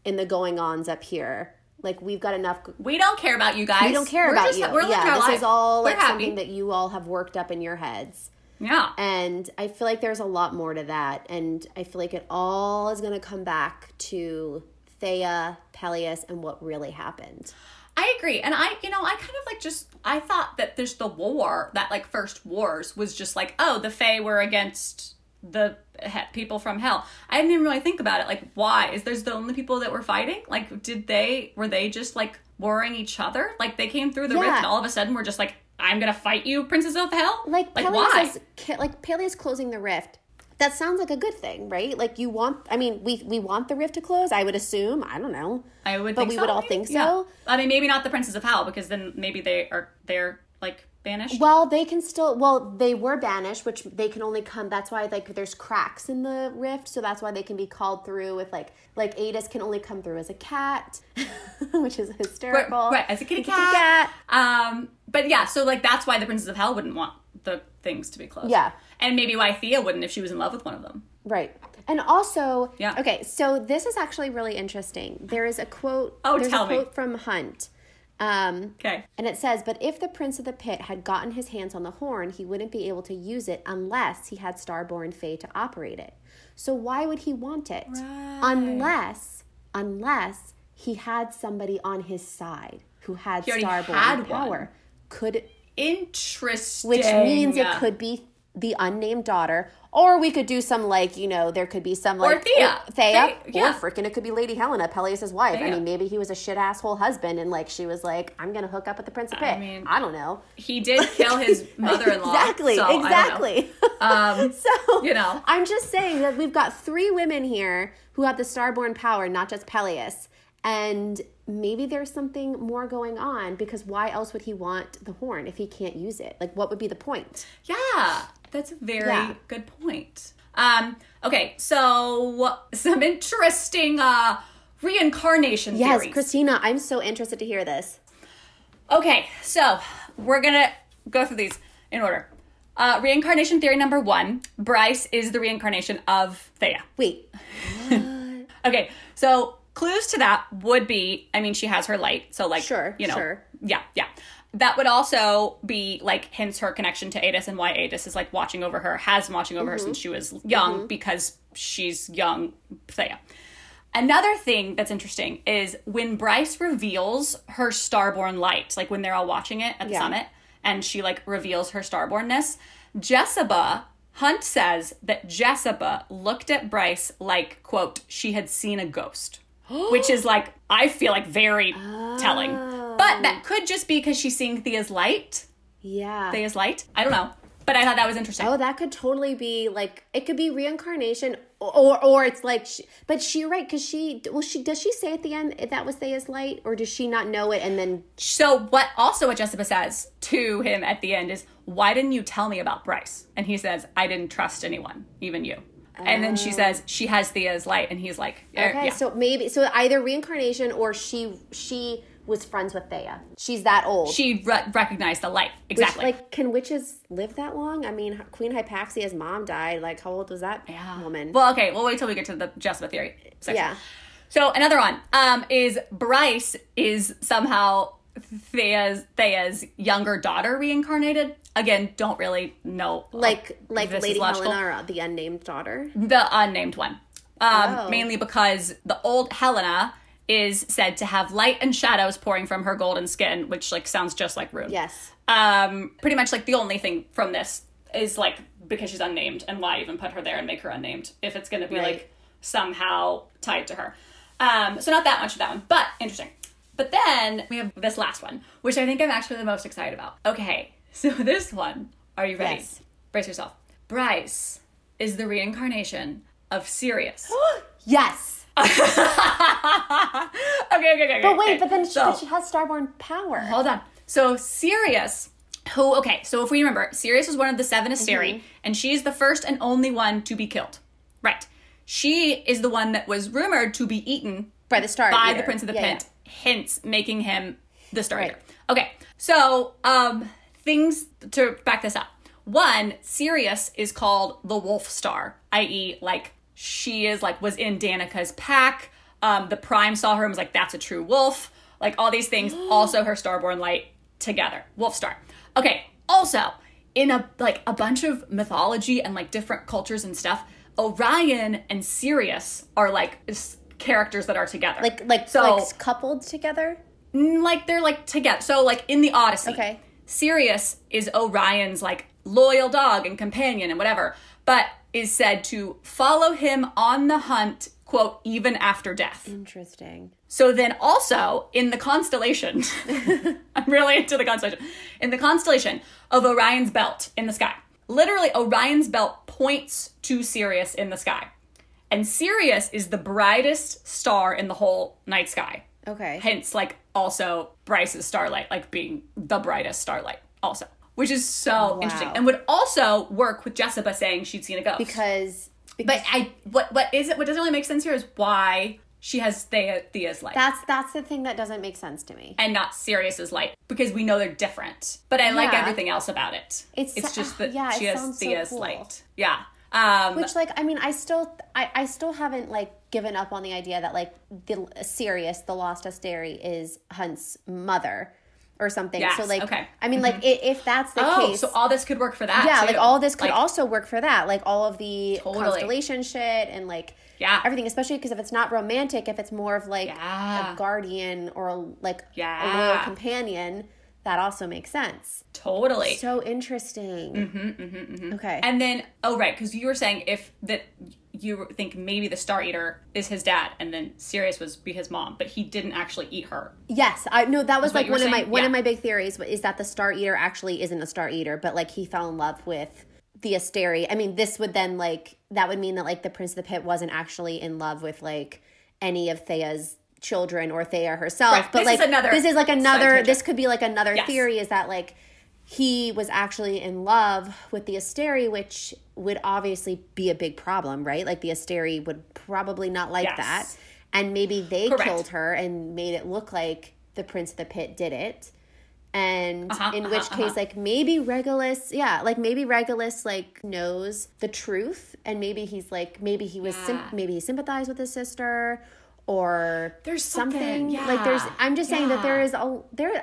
Speaker 1: in the going ons up here. Like we've got enough.
Speaker 2: We don't care about you guys.
Speaker 1: We don't care
Speaker 2: We're
Speaker 1: about
Speaker 2: just-
Speaker 1: you.
Speaker 2: We're living
Speaker 1: yeah,
Speaker 2: our
Speaker 1: this
Speaker 2: life.
Speaker 1: is all
Speaker 2: We're
Speaker 1: like
Speaker 2: happy.
Speaker 1: something that you all have worked up in your heads.
Speaker 2: yeah.
Speaker 1: And I feel like there's a lot more to that. And I feel like it all is going to come back to Thea, Peleus, and what really happened.
Speaker 2: I agree. And I, you know, I kind of like just, I thought that there's the war, that like first wars was just like, oh, the Fae were against the he- people from hell. I didn't even really think about it. Like, why? Is there's the only people that were fighting? Like, did they, were they just like warring each other? Like, they came through the rift
Speaker 1: Yeah.
Speaker 2: and all of a sudden we're just like, I'm going to fight you, Princess of Hell?
Speaker 1: Like,
Speaker 2: like
Speaker 1: Peleus
Speaker 2: why?
Speaker 1: is ca- like Peleus closing the rift. That sounds like a good thing, right? Like you want. I mean, we we want the rift to close. I would assume. I don't know.
Speaker 2: I would
Speaker 1: But
Speaker 2: think
Speaker 1: we
Speaker 2: so,
Speaker 1: would all
Speaker 2: maybe.
Speaker 1: think so.
Speaker 2: Yeah. I mean, maybe not the Princess of Hell because then maybe they are, they're like banished.
Speaker 1: Well, they can still. Well, they were banished, which they can only come. That's why like there's cracks in the rift, so that's why they can be called through with like like Adis can only come through as a cat, <laughs> which is hysterical.
Speaker 2: Right, right, as a kitty cat. Um, but yeah, so like that's why the Princess of Hell wouldn't want the things to be closed.
Speaker 1: Yeah.
Speaker 2: and maybe why Thea wouldn't if she was in love with one of them.
Speaker 1: Right. And also,
Speaker 2: Yeah.
Speaker 1: okay, so this is actually really interesting. There is a quote.
Speaker 2: Oh,
Speaker 1: there's
Speaker 2: tell
Speaker 1: a
Speaker 2: me.
Speaker 1: quote from Hunt. Um,
Speaker 2: Okay,
Speaker 1: and it says, But if the prince of the pit had gotten his hands on the horn, he wouldn't be able to use it unless he had starborn Fae to operate it. So why would he want it? Unless, unless he had somebody on his side who had
Speaker 2: He already
Speaker 1: starborn
Speaker 2: had
Speaker 1: power.
Speaker 2: one.
Speaker 1: Could
Speaker 2: interesting.
Speaker 1: which means it could be the unnamed daughter, or we could do some like you know there could be some like
Speaker 2: Thea.
Speaker 1: Thea,
Speaker 2: Thea, yeah.
Speaker 1: or freaking it could be Lady Helena, Peleus's wife. I
Speaker 2: Thea.
Speaker 1: mean, maybe he was a shit asshole husband, and like she was like, I'm gonna hook up with the Prince of Pitt. I,
Speaker 2: mean-
Speaker 1: don't know.
Speaker 2: He did
Speaker 1: <laughs>
Speaker 2: kill his mother-in-law.
Speaker 1: exactly,
Speaker 2: so I don't know. <laughs>
Speaker 1: exactly. <laughs>
Speaker 2: Um,
Speaker 1: so
Speaker 2: you know.
Speaker 1: I'm just saying that we've got three women here who have the starborn power, not just Peleus. And maybe there's something more going on because why else would he want the horn if he can't use it? Like, what would be the point?
Speaker 2: Yeah, that's a very
Speaker 1: Yeah.
Speaker 2: good point. Um, okay, so some interesting uh, reincarnation
Speaker 1: Yes,
Speaker 2: theories.
Speaker 1: Christina, I'm so interested to hear this.
Speaker 2: Okay, so we're gonna go through these in order. Uh, reincarnation theory number one: Bryce is the reincarnation of Thea.
Speaker 1: Wait,
Speaker 2: Okay, so clues to that would be, I mean, she has her light, so like,
Speaker 1: Sure,
Speaker 2: you know,
Speaker 1: sure.
Speaker 2: yeah, yeah. That would also be like hints her connection to Adis and why Adis is like watching over her, has been watching over her
Speaker 1: Mm-hmm.
Speaker 2: since she was young because she's young Thea. Another thing that's interesting is when Bryce reveals her starborn light, like when they're all watching it at the
Speaker 1: Yeah.
Speaker 2: summit, and she like reveals her starbornness, Jessica Hunt says that Jessica looked at Bryce like, quote, she had seen a ghost. which is like, I feel like very telling. But that could just be because she's seeing Thea's light.
Speaker 1: yeah.
Speaker 2: Thea's light? I don't know. But I thought that was interesting.
Speaker 1: oh, that could totally be like it could be reincarnation, or or it's like, she, but she you're right because she well she does she say at the end that was Thea's light, or does she not know it and then
Speaker 2: So what also what Jessica says to him at the end is, "Why didn't you tell me about Bryce?" And he says, "I didn't trust anyone, even you." And then she says, "She has Thea's light," and he's like, "Er,
Speaker 1: Oh. okay,
Speaker 2: yeah.
Speaker 1: so maybe so either reincarnation or she she was friends with Thea. She's that old.
Speaker 2: she re- recognized the light exactly."
Speaker 1: Like, can witches live that long? I mean, Queen Hypaxia's mom died. Like, how old was that
Speaker 2: Yeah.
Speaker 1: woman?
Speaker 2: Well, okay, we'll wait till we get to the Jessica theory. Section.
Speaker 1: Yeah.
Speaker 2: So another one um, is Bryce is somehow Thea's Thea's younger daughter reincarnated. Again, don't really know
Speaker 1: like, like
Speaker 2: this is
Speaker 1: Lady
Speaker 2: logical. Mm-hmm.
Speaker 1: Helena, or the unnamed daughter.
Speaker 2: the unnamed one. Um,
Speaker 1: Oh.
Speaker 2: Mainly because the old Helena is said to have light and shadows pouring from her golden skin, which like sounds just like Rune.
Speaker 1: Yes.
Speaker 2: Um, pretty much like the only thing from this is like because she's unnamed, and why even put her there and make her unnamed if it's going to be
Speaker 1: Right.
Speaker 2: like somehow tied to her. Um, so not that much of that one, but interesting. But then we have this last one, which I think I'm actually the most excited about. Okay, <laughs> so this one, are you ready?
Speaker 1: Yes.
Speaker 2: Brace yourself. Bryce is the reincarnation of Sirius.
Speaker 1: <gasps>
Speaker 2: <laughs>
Speaker 1: Yes.
Speaker 2: okay, okay, okay, okay.
Speaker 1: But wait,
Speaker 2: okay.
Speaker 1: but then she,
Speaker 2: So-
Speaker 1: but she has starborn power.
Speaker 2: Hold on. So Sirius, who okay, so if we remember, Sirius was one of the seven Asteri,
Speaker 1: Mm-hmm.
Speaker 2: and she is the first and only one to be killed. Right. She is the one that was rumored to be eaten
Speaker 1: by the star.
Speaker 2: by
Speaker 1: Eater.
Speaker 2: the Prince of the
Speaker 1: Yeah,
Speaker 2: Pit, hence making him the Star
Speaker 1: Right.
Speaker 2: Eater. Okay, so um, things to back this up. One, Sirius is called the Wolf Star, i.e., like she is like was in Danica's pack. Um, the Prime saw her and was like, "That's a true wolf." like all these
Speaker 1: <gasps>
Speaker 2: things. also, her starborn light together, wolf star. Okay. Also, in a like a bunch of mythology and like different cultures and stuff, Orion and Sirius are like s- characters that are together.
Speaker 1: Like like
Speaker 2: so
Speaker 1: like coupled together.
Speaker 2: Mm, like they're like together. So like in the Odyssey,
Speaker 1: Okay.
Speaker 2: Sirius is Orion's like loyal dog and companion and whatever, but is said to follow him on the hunt, quote, even after death.
Speaker 1: Mm. Interesting.
Speaker 2: So then also in the constellation, <laughs> I'm really into the constellation. In the constellation of Orion's belt in the sky. Literally Orion's belt points to Sirius in the sky. And Sirius is the brightest star in the whole night sky.
Speaker 1: Okay.
Speaker 2: Hence, like, also Bryce's starlight, like being the brightest starlight, also, which is so interesting and would also work with Jessica saying she'd seen a ghost.
Speaker 1: Because because
Speaker 2: but I, what, what is it? What doesn't really make sense here is why she has Thea, Thea's light
Speaker 1: that's that's the thing that doesn't make sense to me.
Speaker 2: and not Sirius's light because we know they're different. But I like
Speaker 1: Yeah.
Speaker 2: everything else about it.
Speaker 1: It's-
Speaker 2: it's just that
Speaker 1: yeah, it
Speaker 2: she has
Speaker 1: sounds so
Speaker 2: Thea's
Speaker 1: cool.
Speaker 2: light. Yeah. Um,
Speaker 1: Which like I mean I still I, I still haven't like given up on the idea that like the Sirius the lost Asteri is Hunt's mother or something.
Speaker 2: Yes,
Speaker 1: so like
Speaker 2: okay.
Speaker 1: I mean like i- if that's the
Speaker 2: Mm-hmm. oh,
Speaker 1: case
Speaker 2: so all this could work for that.
Speaker 1: yeah,
Speaker 2: too.
Speaker 1: like all this could
Speaker 2: Like,
Speaker 1: also work for that. Like all of the
Speaker 2: Totally.
Speaker 1: constellation shit and like
Speaker 2: Yeah.
Speaker 1: everything, especially because if it's not romantic, if it's more of like
Speaker 2: Yeah.
Speaker 1: a guardian or a, like a loyal
Speaker 2: Ah, Yeah.
Speaker 1: companion, that also makes sense.
Speaker 2: totally.
Speaker 1: So interesting. Mm-hmm, Okay.
Speaker 2: And then, oh right, because you were saying if that you think maybe the Star Eater is his dad, and then Sirius was be his mom, but he didn't actually eat her.
Speaker 1: yes, I no, that was
Speaker 2: what
Speaker 1: like
Speaker 2: you were
Speaker 1: one of my
Speaker 2: saying?
Speaker 1: one
Speaker 2: Yeah.
Speaker 1: of my big theories is that the Star Eater actually isn't a Star Eater, but like he fell in love with the Asteri. I mean, this would then like that would mean that like the Prince of the Pit wasn't actually in love with like any of Thea's children or Thea herself.
Speaker 2: Right.
Speaker 1: But
Speaker 2: This
Speaker 1: like
Speaker 2: is another
Speaker 1: this is like another
Speaker 2: tangent.
Speaker 1: this could be like another
Speaker 2: Yes.
Speaker 1: theory is that like he was actually in love with the Asteri, which would obviously be a big problem, right? Like the Asteri would probably not like
Speaker 2: Yes.
Speaker 1: that. And maybe they
Speaker 2: Correct.
Speaker 1: killed her and made it look like the Prince of the Pit did it. And
Speaker 2: Uh-huh,
Speaker 1: in which case, like maybe Regulus, yeah, like maybe Regulus like knows the truth, and maybe he's like maybe he was sym-
Speaker 2: Yeah.
Speaker 1: maybe he sympathized with his sister, or
Speaker 2: There's something,
Speaker 1: like there's.
Speaker 2: yeah,
Speaker 1: I'm just saying that there
Speaker 2: yeah.
Speaker 1: is all there.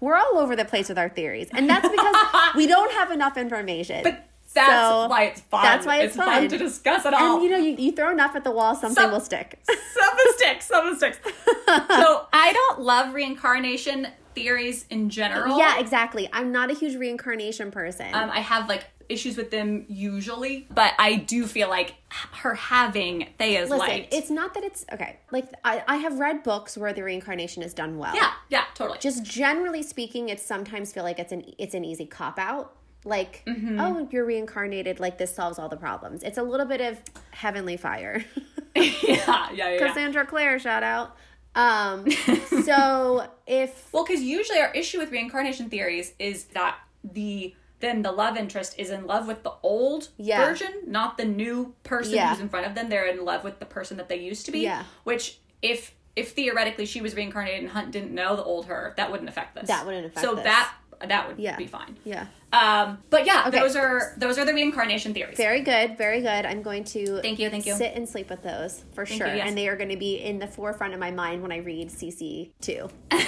Speaker 1: We're all over the place with our theories, and that's
Speaker 2: <laughs>
Speaker 1: because we don't have enough information.
Speaker 2: But that's
Speaker 1: So,
Speaker 2: why it's fun.
Speaker 1: that's why it's
Speaker 2: fun.
Speaker 1: fun.
Speaker 2: to discuss it all.
Speaker 1: and you know, you, you throw enough at the wall, something
Speaker 2: Some-
Speaker 1: will stick.
Speaker 2: <laughs> some sticks,
Speaker 1: <laughs>
Speaker 2: some sticks. so I don't love reincarnation theories in general.
Speaker 1: yeah, exactly. I'm not a huge reincarnation person.
Speaker 2: Um, I have like issues with them usually, but I do feel like her having Thea's
Speaker 1: Listen,
Speaker 2: light.
Speaker 1: it's not that it's okay. Like I, I have read books where the reincarnation is done well.
Speaker 2: yeah, yeah, totally.
Speaker 1: Just generally speaking, it sometimes feel like it's an it's an easy cop out. Like,
Speaker 2: Mm-hmm.
Speaker 1: oh, you're reincarnated. Like this solves all the problems. It's a little bit of heavenly fire.
Speaker 2: <laughs>
Speaker 1: <laughs>
Speaker 2: yeah, yeah, yeah. yeah.
Speaker 1: Cassandra Clare, shout out. Um,
Speaker 2: <laughs>
Speaker 1: so if
Speaker 2: Well, because usually our issue with reincarnation theories is that the then the love interest is in love with the old
Speaker 1: Yeah.
Speaker 2: version, not the new person
Speaker 1: Yeah.
Speaker 2: who's in front of them. They're in love with the person that they used to be.
Speaker 1: Yeah.
Speaker 2: Which if if theoretically she was reincarnated and Hunt didn't know the old her, that wouldn't affect this.
Speaker 1: That wouldn't affect
Speaker 2: So
Speaker 1: this.
Speaker 2: that that would
Speaker 1: Yeah.
Speaker 2: be fine.
Speaker 1: yeah,
Speaker 2: Um, but yeah,
Speaker 1: Okay.
Speaker 2: those are those are the reincarnation theories.
Speaker 1: very good, very good. I'm going to
Speaker 2: Thank you, thank you.
Speaker 1: sit and sleep with those for
Speaker 2: Thank you,
Speaker 1: sure,
Speaker 2: yes.
Speaker 1: and they are going to be in the forefront of my mind when I read CC
Speaker 2: <laughs>
Speaker 1: two. when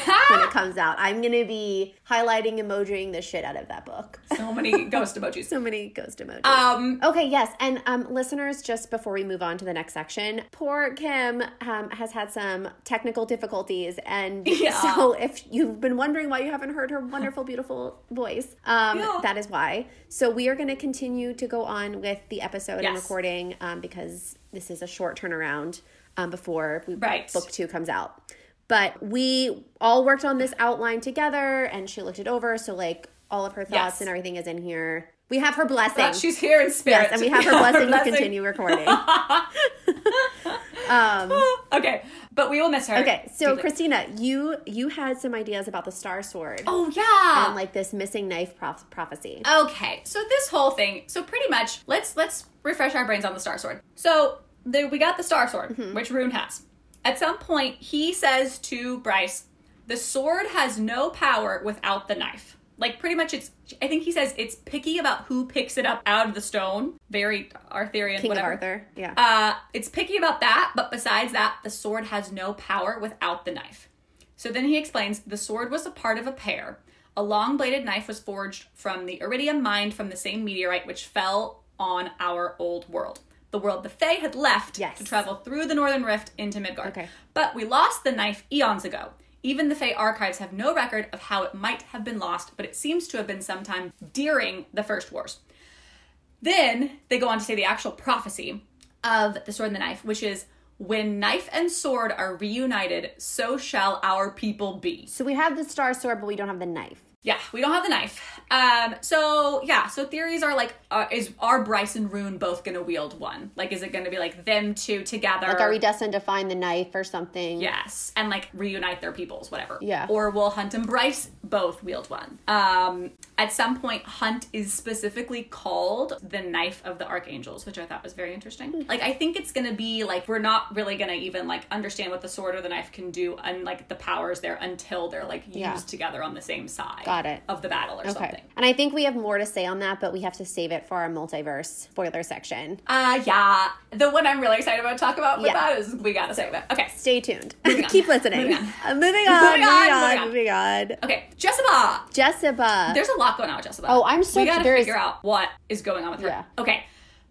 Speaker 1: it comes out. I'm gonna be highlighting emojiing the shit out of that book.
Speaker 2: so
Speaker 1: <laughs>
Speaker 2: many ghost emojis.
Speaker 1: So many ghost emojis.
Speaker 2: Um,
Speaker 1: okay, yes, and um, listeners, just before we move on to the next section, poor Kim um, has had some technical difficulties, and
Speaker 2: <laughs> Yeah.
Speaker 1: so if you've been wondering why you haven't heard her wonderful, beautiful voice, um,
Speaker 2: Yeah.
Speaker 1: that is why. So we are gonna continue to go on with the episode and
Speaker 2: Yes.
Speaker 1: recording um, because this is a short turnaround um, before we
Speaker 2: Right.
Speaker 1: book two comes out. But we all worked on this outline together and she looked it over. So, like, all of her thoughts
Speaker 2: Yes.
Speaker 1: and everything is in here. We have her blessing.
Speaker 2: But she's here in spirit.
Speaker 1: yes,
Speaker 2: <laughs>
Speaker 1: and we have her blessing, to continue recording. um,
Speaker 2: okay, but we will miss her.
Speaker 1: okay, so
Speaker 2: Deeply.
Speaker 1: Christina, you you had some ideas about the Star Sword
Speaker 2: Oh yeah.
Speaker 1: and like this missing knife proph- prophecy.
Speaker 2: Okay, so this whole thing, so pretty much, let's let's refresh our brains on the Star Sword. So there, we got the Star Sword,
Speaker 1: Mm-hmm.
Speaker 2: which Rune has. At some point, he says to Bryce, "The sword has no power without the knife." Like pretty much, it's. I think he says it's picky about who picks it up out of the stone. Very Arthurian,
Speaker 1: King
Speaker 2: whatever.
Speaker 1: of Arthur. Yeah.
Speaker 2: Uh, it's picky about that, but besides that, the sword has no power without the knife. So then he explains the sword was a part of a pair. A long bladed knife was forged from the iridium mined from the same meteorite which fell on our old world. The world the Fae had left
Speaker 1: Yes.
Speaker 2: to travel through the Northern Rift into Midgard.
Speaker 1: Okay.
Speaker 2: But we lost the knife eons ago. Even the Fae archives have no record of how it might have been lost, but it seems to have been sometime during the First Wars. Then they go on to say the actual prophecy of the sword and the knife, which is when knife and sword are reunited, so shall our people be.
Speaker 1: So we have the star sword, but we don't have the knife.
Speaker 2: Yeah, we don't have the knife. Um, so yeah, so theories are like, uh, is are Bryce and Rune both gonna wield one? Like, is it gonna be like them two together?
Speaker 1: Like, are we destined to find the knife or something?
Speaker 2: Yes, and like reunite their peoples, whatever.
Speaker 1: Yeah.
Speaker 2: Or will Hunt and Bryce both wield one? Um, at some point, Hunt is specifically called the Knife of the Archangels, which I thought was very
Speaker 1: Hmm.
Speaker 2: interesting. Like, I think it's gonna be like we're not really gonna even like understand what the sword or the knife can do and like the powers there until they're like used
Speaker 1: Yeah.
Speaker 2: together on the same side.
Speaker 1: Got it.
Speaker 2: Of the battle or
Speaker 1: Okay.
Speaker 2: something.
Speaker 1: And I think we have more to say on that, but we have to save it for our multiverse spoiler section.
Speaker 2: Uh, yeah. The one I'm really excited about to talk about with
Speaker 1: Yeah.
Speaker 2: that is we gotta save it. Okay.
Speaker 1: Stay tuned. <laughs>
Speaker 2: on.
Speaker 1: Keep listening.
Speaker 2: <laughs> Moving on.
Speaker 1: Uh, Moving on. Moving
Speaker 2: on,
Speaker 1: on. Moving on.
Speaker 2: Okay, Jessica.
Speaker 1: Jessica.
Speaker 2: There's a lot going on with Jessica.
Speaker 1: Oh, I'm so
Speaker 2: we gotta
Speaker 1: curious.
Speaker 2: figure out what is going on with her.
Speaker 1: Yeah.
Speaker 2: Okay.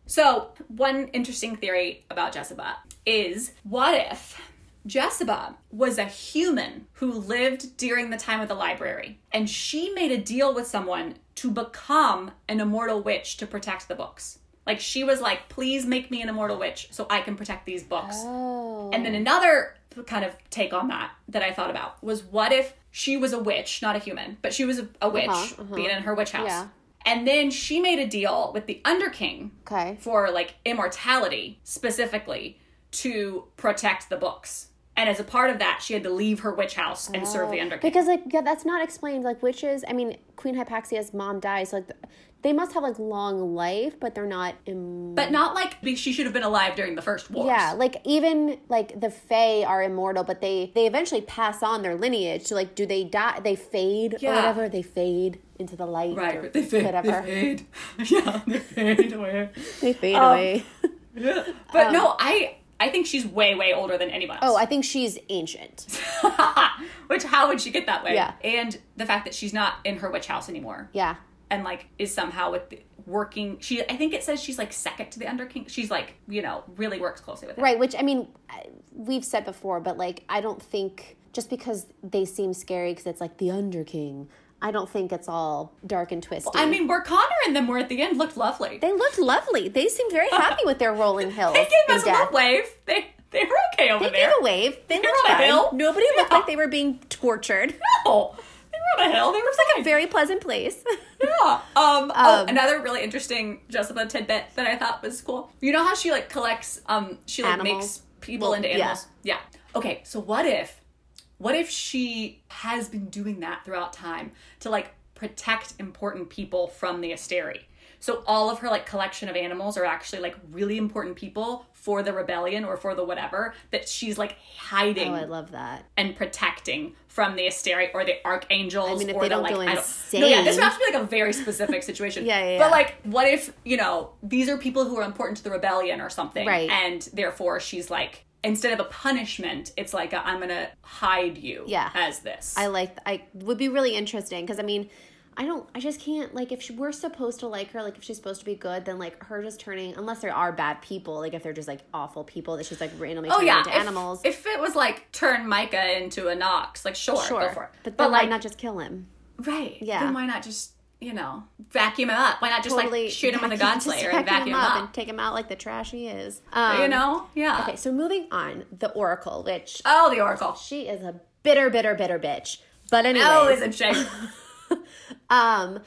Speaker 2: So one interesting theory about Jessica is what if Jessica was a human who lived during the time of the library, and she made a deal with someone to become an immortal witch to protect the books. Like she was like, please make me an immortal witch so I can protect these books.
Speaker 1: oh.
Speaker 2: And then another kind of take on that that I thought about was what if she was a witch, not a human, but she was a, a witch
Speaker 1: Uh-huh, uh-huh.
Speaker 2: being in her witch house.
Speaker 1: Yeah.
Speaker 2: And then she made a deal with the Underking
Speaker 1: Okay.
Speaker 2: for like immortality specifically to protect the books. And as a part of that, she had to leave her witch house and serve the Underking.
Speaker 1: Oh. Because like yeah, that's not explained. Like witches, I mean, Queen Hypaxia's mom dies. Like they must have like long life, but they're not. Im-
Speaker 2: but not like be- she should have been alive during the first wars.
Speaker 1: yeah, like even like the Fae are immortal, but they they eventually pass on their lineage. So like, do they die? They fade or
Speaker 2: Yeah.
Speaker 1: whatever. They fade into the light. or
Speaker 2: Right. They fade.
Speaker 1: Whatever.
Speaker 2: They <laughs> fade. Yeah. They fade away.
Speaker 1: They fade away.
Speaker 2: But no, I I think she's way, way older than anyone else.
Speaker 1: Um, Oh, I think she's ancient.
Speaker 2: <laughs> Which how would she get that way?
Speaker 1: Yeah.
Speaker 2: And the fact that she's not in her witch house anymore.
Speaker 1: Yeah.
Speaker 2: And like is somehow with the, working. She I think it says she's like second to the Underking. She's like you know really works closely with him.
Speaker 1: Right, which I mean, I- we've said before, but like, I don't think just because they seem scary, because it's like the Underking, I don't think it's all dark and twisted.
Speaker 2: I mean, where Connor and them were at the end looked lovely.
Speaker 1: they looked lovely. They seemed
Speaker 2: <laughs>
Speaker 1: very happy with their rolling hills.
Speaker 2: They gave
Speaker 1: and
Speaker 2: us a
Speaker 1: death.
Speaker 2: little wave. They they were okay over
Speaker 1: They
Speaker 2: there.
Speaker 1: gave a wave. They
Speaker 2: They were
Speaker 1: looked
Speaker 2: on a
Speaker 1: fine.
Speaker 2: hill.
Speaker 1: Nobody looked
Speaker 2: Yeah. <laughs>
Speaker 1: like they were being tortured.
Speaker 2: No, <laughs> they were on a hill. They were like
Speaker 1: Very pleasant place.
Speaker 2: Yeah. <laughs> Um, oh, another really interesting Jessica tidbit that I thought was cool. You know how she like collects um she like
Speaker 1: Animals.
Speaker 2: makes people
Speaker 1: Well,
Speaker 2: into
Speaker 1: yeah.
Speaker 2: animals. Yeah. Okay, so what if what if she has been doing that throughout time to like protect important people from the Asteri? So all of her like collection of animals are actually like really important people for the rebellion or for the whatever that she's like hiding
Speaker 1: oh, I love that.
Speaker 2: and protecting from the Asteri or the archangels.
Speaker 1: I mean, if
Speaker 2: or
Speaker 1: they
Speaker 2: the,
Speaker 1: don't
Speaker 2: like,
Speaker 1: go
Speaker 2: I no, yeah, this
Speaker 1: insane.
Speaker 2: would have to be like a very specific
Speaker 1: <laughs>
Speaker 2: situation.
Speaker 1: Yeah, yeah,
Speaker 2: But
Speaker 1: yeah.
Speaker 2: like, what if you know these are people who are important to the rebellion or something,
Speaker 1: Right.
Speaker 2: And therefore, she's like, instead of a punishment, it's like i am I'm gonna hide you,
Speaker 1: Yeah.
Speaker 2: as this.
Speaker 1: I like. I would be really interesting because I mean, I don't. I just can't like if she, we're supposed to like her, like if she's supposed to be good, then like her just turning unless there are bad people, like if they're just like awful people that she's like randomly
Speaker 2: Oh
Speaker 1: turning
Speaker 2: yeah,
Speaker 1: into
Speaker 2: if,
Speaker 1: animals.
Speaker 2: If it was like turn Micah into a Nox, like sure,
Speaker 1: sure,
Speaker 2: go for it.
Speaker 1: but,
Speaker 2: but
Speaker 1: then
Speaker 2: like
Speaker 1: why not just kill him?
Speaker 2: right,
Speaker 1: Yeah.
Speaker 2: Then why not just you know vacuum him up? Why not just
Speaker 1: Totally
Speaker 2: like shoot him with a
Speaker 1: vacuum- <laughs> just
Speaker 2: Godslayer and vacuum him up?
Speaker 1: and take him out like the trash he is. Um,
Speaker 2: you know, yeah.
Speaker 1: Okay, so moving on, the Oracle, which uh,
Speaker 2: Oh, the Oracle.
Speaker 1: she is a bitter, bitter, bitter bitch. But anyways,
Speaker 2: Oh,
Speaker 1: <laughs>
Speaker 2: isn't she?
Speaker 1: Um,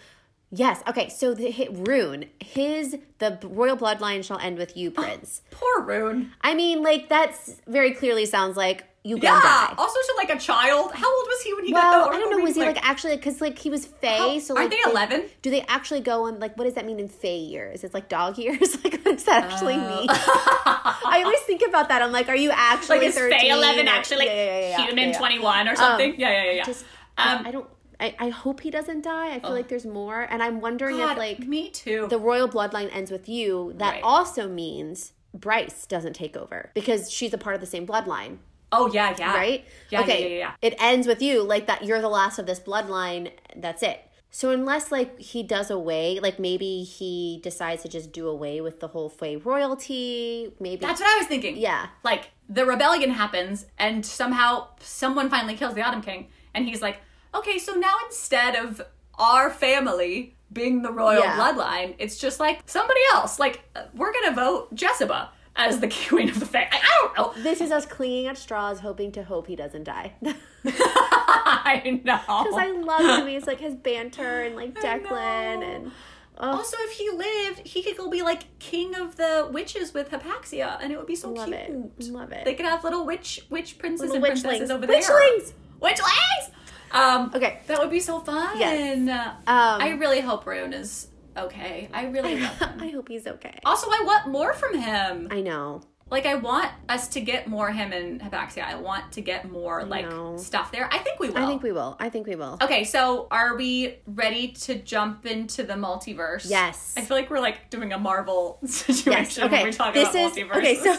Speaker 1: yes. Okay. So the hit Rune, his the royal bloodline shall end
Speaker 2: <gasps>
Speaker 1: with you, Prince.
Speaker 2: Poor Rune.
Speaker 1: I mean, like that's very clearly sounds like you gonna
Speaker 2: Yeah.
Speaker 1: die.
Speaker 2: Also, to like a child. How old was he when he
Speaker 1: Well,
Speaker 2: got the
Speaker 1: I
Speaker 2: Oracle
Speaker 1: don't know.
Speaker 2: ring?
Speaker 1: Was he like, actually because like he was Fey?
Speaker 2: How-
Speaker 1: so like,
Speaker 2: aren't they 11?
Speaker 1: Do they actually go on like what does that mean in Fey years? It's like dog years. <laughs> Like what does that actually mean? I always think about that. I'm like, are you actually
Speaker 2: Oh. <laughs> like is Faye
Speaker 1: 13?
Speaker 2: eleven
Speaker 1: Or-
Speaker 2: actually
Speaker 1: Yeah, yeah, yeah, yeah,
Speaker 2: human
Speaker 1: yeah, yeah.
Speaker 2: twenty one or something? yeah, yeah, yeah. yeah.
Speaker 1: Just,
Speaker 2: um, Oh.
Speaker 1: I don't. I, I hope he doesn't die. I feel like there's more, and I'm wondering
Speaker 2: God,
Speaker 1: if like
Speaker 2: me too.
Speaker 1: the royal bloodline ends with you, that
Speaker 2: Right.
Speaker 1: also means Bryce doesn't take over because she's a part of the same bloodline.
Speaker 2: Oh yeah, yeah.
Speaker 1: right?
Speaker 2: Yeah, yeah,
Speaker 1: okay.
Speaker 2: yeah, yeah,
Speaker 1: It ends with you, like that you're the last of this bloodline, that's it. So unless like he does away, like maybe he decides to just do away with the whole Fey royalty, maybe
Speaker 2: That's what I was thinking.
Speaker 1: Yeah.
Speaker 2: Like the rebellion happens and somehow someone finally kills the Autumn King and he's like, "Okay, so now instead of our family being the royal
Speaker 1: Yeah.
Speaker 2: bloodline, it's just like somebody else. Like uh, we're going to vote Jezebel as the <laughs> queen of the fae. I, I don't know.
Speaker 1: This is us clinging at straws, hoping to hope he doesn't die. <laughs> Because
Speaker 2: <laughs> I know.
Speaker 1: I love him. He's like his banter and
Speaker 2: <laughs>
Speaker 1: like Declan and
Speaker 2: also, if he lived, he could go be like king of the witches with Hypaxia, and it would be so
Speaker 1: love
Speaker 2: cute.
Speaker 1: it. Love it.
Speaker 2: They could have little witch witch princes
Speaker 1: Little
Speaker 2: and princesses
Speaker 1: witchlings.
Speaker 2: over
Speaker 1: Witchlings!
Speaker 2: there. Witchlings. Um,
Speaker 1: Okay.
Speaker 2: that would be so fun. Um,
Speaker 1: Yes. Um,
Speaker 2: I really hope Rune is okay. I really love him.
Speaker 1: I hope he's okay.
Speaker 2: Also, I want more from him.
Speaker 1: I know.
Speaker 2: Like, I want us to get more him and Hypaxia. I want to get more like
Speaker 1: know.
Speaker 2: stuff there. I think we will.
Speaker 1: I think we will. I think we will.
Speaker 2: Okay, so are we ready to jump into the multiverse?
Speaker 1: Yes.
Speaker 2: I feel like we're like doing a Marvel <laughs> situation
Speaker 1: Yes.
Speaker 2: when
Speaker 1: Okay.
Speaker 2: we talk
Speaker 1: This
Speaker 2: about
Speaker 1: is
Speaker 2: multiverses.
Speaker 1: okay. So,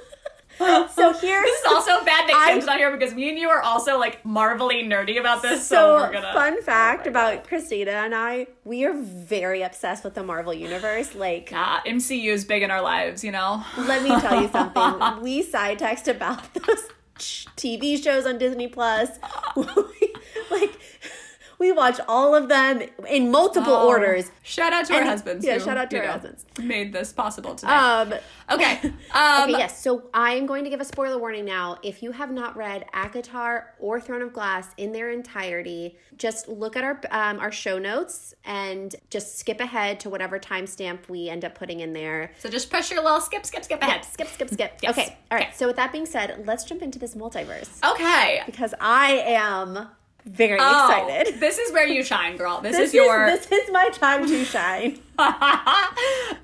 Speaker 2: <laughs>
Speaker 1: so here's
Speaker 2: this is also bad that
Speaker 1: I-
Speaker 2: Kim's not here because me and you are also like marvelly nerdy about this. So,
Speaker 1: so
Speaker 2: we're gonna
Speaker 1: fun fact about Christina and I. We are very obsessed with the Marvel universe. Like,
Speaker 2: Nah, MCU is big in our lives, you know.
Speaker 1: let me tell you something.
Speaker 2: <laughs>
Speaker 1: We side text about <laughs> those TV shows on Disney Plus. <laughs> We- like, we watch all of them in multiple
Speaker 2: Oh.
Speaker 1: orders.
Speaker 2: Shout out to our
Speaker 1: And-
Speaker 2: husbands.
Speaker 1: yeah,
Speaker 2: who,
Speaker 1: shout out to
Speaker 2: you
Speaker 1: our
Speaker 2: know,
Speaker 1: husbands.
Speaker 2: Made this possible today.
Speaker 1: Um, <laughs>
Speaker 2: okay. Um,
Speaker 1: Okay, yes. So I am going to give a spoiler warning now. If you have not read ACOTAR or Throne of Glass in their entirety, just look at our um, our show notes and just skip ahead to whatever timestamp we end up putting in there.
Speaker 2: So just press your little skip, skip, skip ahead.
Speaker 1: Skip, skip, skip.
Speaker 2: Yes.
Speaker 1: Okay. All right.
Speaker 2: Okay.
Speaker 1: So with that being said, let's jump into this multiverse
Speaker 2: Okay.
Speaker 1: because I am very
Speaker 2: Oh,
Speaker 1: excited. <laughs>
Speaker 2: This is where you shine, girl. This,
Speaker 1: This
Speaker 2: is your
Speaker 1: is, <laughs> this is my time to shine.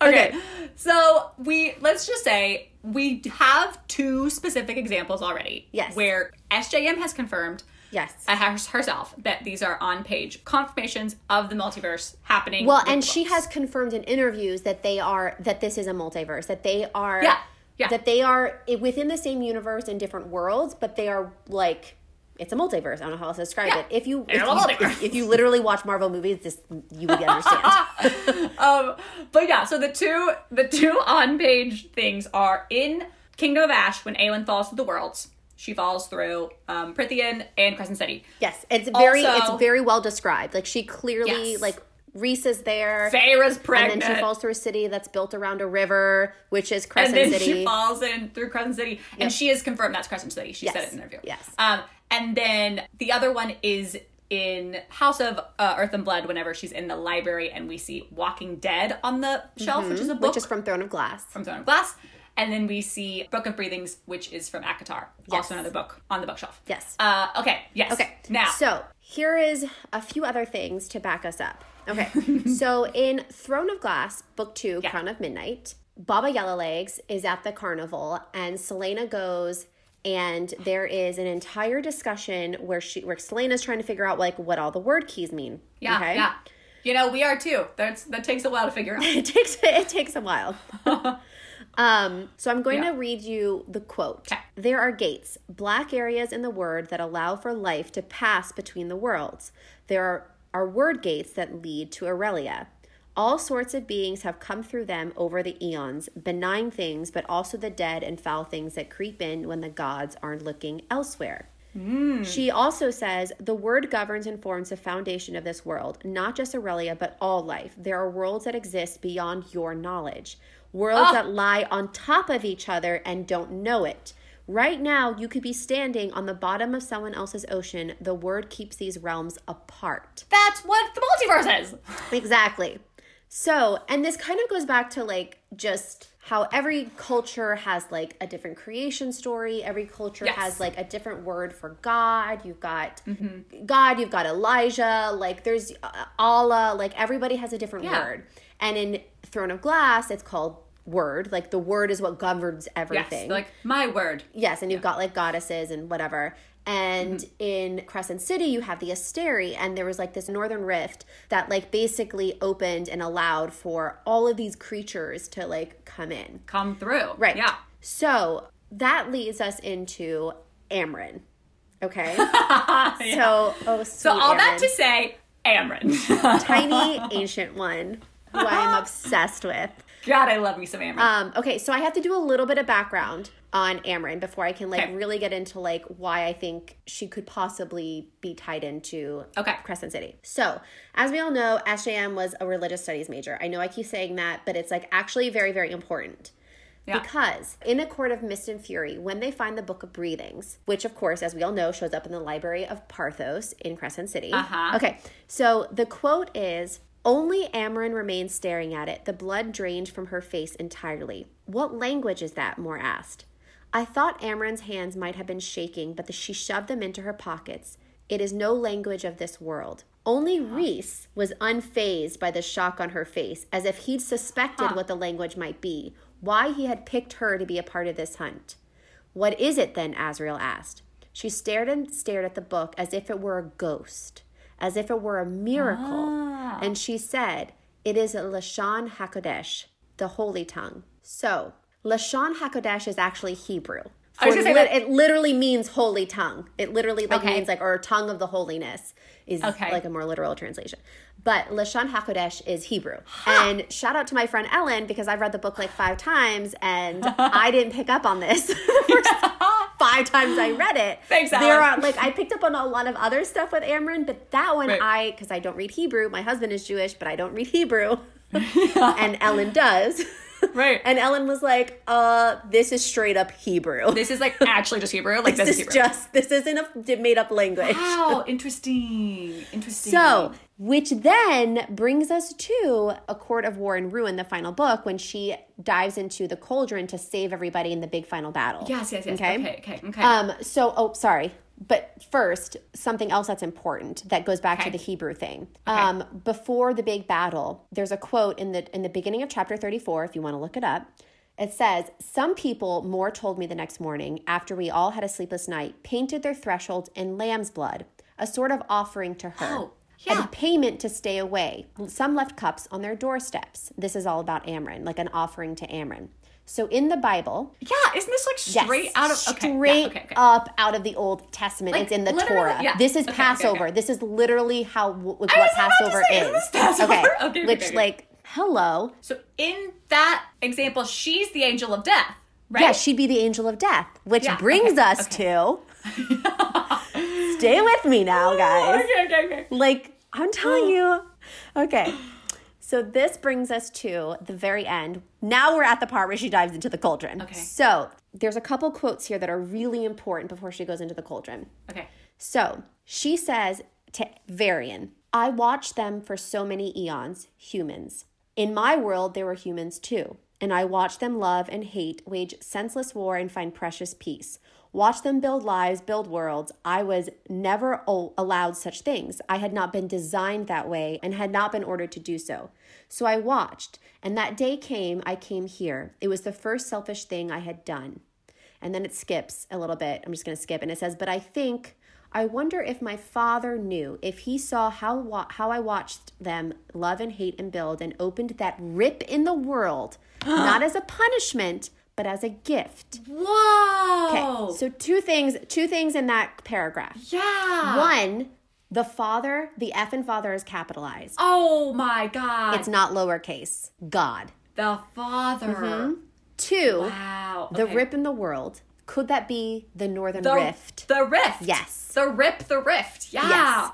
Speaker 2: okay. So we let's just say we have two specific examples already.
Speaker 1: Yes.
Speaker 2: Where SJM has confirmed
Speaker 1: Yes.
Speaker 2: uh, hers- herself that these are on-page confirmations of the multiverse happening.
Speaker 1: Well,
Speaker 2: with
Speaker 1: and she
Speaker 2: books.
Speaker 1: has confirmed in interviews that they are that this is a multiverse, that they are
Speaker 2: Yeah, yeah.
Speaker 1: that they are i- within the same universe in different worlds, but they are like it's a multiverse. I don't know how else to describe
Speaker 2: Yeah.
Speaker 1: it. If you,
Speaker 2: It's
Speaker 1: if
Speaker 2: a
Speaker 1: you
Speaker 2: multiverse.
Speaker 1: if, if you literally watch Marvel movies, this you would understand.
Speaker 2: <laughs> um, but yeah, so the two the two on page things are in Kingdom of Ash when Aelin falls through the worlds. She falls through um, Prithian and Crescent City.
Speaker 1: yes, it's very
Speaker 2: Also-
Speaker 1: it's very well described. Like she clearly
Speaker 2: Yes.
Speaker 1: like Reese is there.
Speaker 2: Feyre's pregnant.
Speaker 1: And then she falls through a city that's built around a river, which is
Speaker 2: and
Speaker 1: Crescent
Speaker 2: then
Speaker 1: City.
Speaker 2: she falls in through Crescent City, and she is confirmed that's Crescent City. She said
Speaker 1: Yes.
Speaker 2: it in an interview.
Speaker 1: Yes.
Speaker 2: Um, and then the other one is in House of uh, Earth and Blood. Whenever she's in the library, and we see Walking Dead on the shelf, which is a book
Speaker 1: Mm-hmm. which is from Throne of Glass.
Speaker 2: from Throne of Glass. And then we see Book of Breathings, which is from Akatar, also another book on the bookshelf.
Speaker 1: Yes.
Speaker 2: Uh, okay. Yes.
Speaker 1: Okay.
Speaker 2: Now.
Speaker 1: So here is a few other things to back us up.
Speaker 2: <laughs>
Speaker 1: Okay. so in Throne of Glass, Book Two, Crown of Midnight, Baba Yellowlegs is at the carnival, and Selena goes. And there is an entire discussion where she, where Selena's trying to figure out like what all the word keys mean.
Speaker 2: yeah. Yeah. You know, we are too. That's that takes a while to figure
Speaker 1: <laughs>
Speaker 2: out.
Speaker 1: It takes it takes a while. um, so I'm going
Speaker 2: Yeah.
Speaker 1: to read you the quote.
Speaker 2: 'Kay.
Speaker 1: There are gates, black areas in the word that allow for life to pass between the worlds. There are, are word gates that lead to Aurelia. All sorts of beings have come through them over the eons, benign things, but also the dead and foul things that creep in when the gods are looking elsewhere. She also says the word governs and forms the foundation of this world, not just Aurelia, but all life. There are worlds that exist beyond your knowledge, worlds that lie on top of each other and don't know it. Right now, you could be standing on the bottom of someone else's ocean. The word keeps these realms apart.
Speaker 2: That's what the multiverse is.
Speaker 1: Exactly. So, and this kind of goes back to like just how every culture has like a different creation story. Every culture
Speaker 2: Yes.
Speaker 1: has like a different word for God. You've got
Speaker 2: Mm-hmm.
Speaker 1: God, you've got Elijah, like there's uh, Allah, like everybody has a different
Speaker 2: Yeah.
Speaker 1: word. And in Throne of Glass, it's called word. Like the word is what governs
Speaker 2: Yes.
Speaker 1: everything.
Speaker 2: Like my word.
Speaker 1: Yes, and you've got like goddesses and whatever. And
Speaker 2: Mm-hmm.
Speaker 1: in Crescent City, you have the Asteri, and there was like this northern rift that like basically opened and allowed for all of these creatures to like come in.
Speaker 2: Come through.
Speaker 1: Right.
Speaker 2: Yeah.
Speaker 1: So that leads us into Amryn.
Speaker 2: <laughs>
Speaker 1: Okay. So, oh,
Speaker 2: So all that to say,
Speaker 1: <laughs>
Speaker 2: Amryn. <laughs>
Speaker 1: tiny ancient one who I am obsessed with.
Speaker 2: God, I love me some Amryn.
Speaker 1: Um, okay, so I have to do a little bit of background on Amryn before I can like
Speaker 2: Okay.
Speaker 1: really get into like why I think she could possibly be tied into
Speaker 2: Okay.
Speaker 1: Crescent City. So, as we all know, SJM was a religious studies major. I know I keep saying that, but it's like actually very, very important.
Speaker 2: Yeah.
Speaker 1: Because in A Court of Mist and Fury, when they find the Book of Breathings, which of course, as we all know, shows up in the Library of Parthos in Crescent City.
Speaker 2: Uh-huh.
Speaker 1: Okay, so the quote is Only Amarin remained staring at it, the blood drained from her face entirely. What language is that? Moore asked. I thought Amarin's hands might have been shaking, but the, she shoved them into her pockets. It is no language of this world. Only Reese was unfazed by the shock on her face, as if he'd suspected what the language might be, why he had picked her to be a part of this hunt. What is it then? Azrael asked. She stared and stared at the book as if it were a ghost, as if it were a miracle.
Speaker 2: Ah.
Speaker 1: And she said, It is a Lashon HaKodesh, the holy tongue. So, Lashon HaKodesh is actually Hebrew.
Speaker 2: I was
Speaker 1: For
Speaker 2: gonna say
Speaker 1: lit-
Speaker 2: that-
Speaker 1: it literally means holy tongue. It literally like
Speaker 2: Okay.
Speaker 1: means like or tongue of the holiness is
Speaker 2: Okay.
Speaker 1: like a more literal translation. But Lashon HaKodesh is Hebrew. And shout out to my friend Ellen because I've read the book like five times
Speaker 2: <laughs>
Speaker 1: and I didn't pick up on this <laughs> the first five times I read it.
Speaker 2: Thanks,
Speaker 1: There
Speaker 2: Ellen.
Speaker 1: are like I picked up on a lot of other stuff with Amron, but that one
Speaker 2: Right.
Speaker 1: I because I don't read Hebrew. My husband is Jewish, but I don't read
Speaker 2: <laughs>
Speaker 1: Hebrew, and Ellen does.
Speaker 2: Right.
Speaker 1: And Ellen was like, "Uh, this is straight up Hebrew. This,
Speaker 2: this is like actually just Hebrew.
Speaker 1: <laughs>
Speaker 2: Like
Speaker 1: is
Speaker 2: this, is Hebrew. Ah,
Speaker 1: just this isn't a made up language."
Speaker 2: wow, interesting, interesting.
Speaker 1: So, which then brings us to A Court of War and Ruin, the final book, when she dives into the cauldron to save everybody in the big final battle.
Speaker 2: yes, yes, yes.
Speaker 1: Okay?
Speaker 2: Okay, okay, okay.
Speaker 1: Um, so, oh, sorry. But first, something else that's important that goes back
Speaker 2: Okay.
Speaker 1: to the Hebrew thing. Um, before the big battle, there's a quote in the in the beginning of chapter 34, if you want to look it up. It says, Some people, Moore told me the next morning, after we all had a sleepless night, painted their thresholds in lamb's blood, a sort of offering to her.
Speaker 2: Oh, yeah.
Speaker 1: And payment to stay away. Some left cups on their doorsteps. This is all about Amron, like an offering to Amron. So in the Bible,
Speaker 2: yeah, isn't this like
Speaker 1: Yes.
Speaker 2: straight out of okay, yeah,
Speaker 1: straight
Speaker 2: okay, okay.
Speaker 1: up out of the Old Testament.
Speaker 2: Like,
Speaker 1: it's in the
Speaker 2: literally,
Speaker 1: Torah.
Speaker 2: yeah.
Speaker 1: This is
Speaker 2: Okay, okay,
Speaker 1: Passover.
Speaker 2: okay.
Speaker 1: This is literally how w- what
Speaker 2: was about to
Speaker 1: Passover
Speaker 2: say,
Speaker 1: is.
Speaker 2: isn't this Passover?
Speaker 1: Okay,
Speaker 2: <laughs> Okay, okay,
Speaker 1: which
Speaker 2: okay.
Speaker 1: like hello.
Speaker 2: So in that example, she's the angel of death, right?
Speaker 1: Yeah, she'd be the angel of death, which
Speaker 2: Yeah,
Speaker 1: brings
Speaker 2: okay,
Speaker 1: us
Speaker 2: <laughs>
Speaker 1: to. Stay with me
Speaker 2: Oh
Speaker 1: now, guys.
Speaker 2: okay, okay, okay.
Speaker 1: Like, I'm
Speaker 2: Oh.
Speaker 1: telling you. Okay. So this brings us to the very end. Now we're at the part where she dives into the cauldron.
Speaker 2: Okay.
Speaker 1: So there's a couple quotes here that are really important before she goes into the cauldron.
Speaker 2: Okay.
Speaker 1: So she says to Varian, I watched them for so many eons, humans. In my world, there were humans too, and I watched them love and hate, wage senseless war, and find precious peace. Watch them build lives, build worlds. I was never o- allowed such things. I had not been designed that way and had not been ordered to do so. So I watched, and that day came, I came here. It was the first selfish thing I had done. And then it skips a little bit. I'm just going to skip. And it says, But I think, I wonder if my father knew, if he saw how, wa- how I watched them love and hate and build and opened that rip in the
Speaker 2: <gasps>
Speaker 1: world, not as a punishment, but as a gift. Okay.
Speaker 2: Whoa.
Speaker 1: So, two things, two things in that paragraph.
Speaker 2: yeah.
Speaker 1: One, the father, the F and father is capitalized,
Speaker 2: Oh my God.
Speaker 1: it's not lowercase. God.
Speaker 2: the father.
Speaker 1: Two,
Speaker 2: Wow.
Speaker 1: Mm-hmm. the
Speaker 2: okay.
Speaker 1: rip in the world. Could that be the northern
Speaker 2: The
Speaker 1: rift?
Speaker 2: The rift.
Speaker 1: Yes.
Speaker 2: The rip. The rift. Yeah.
Speaker 1: Yes.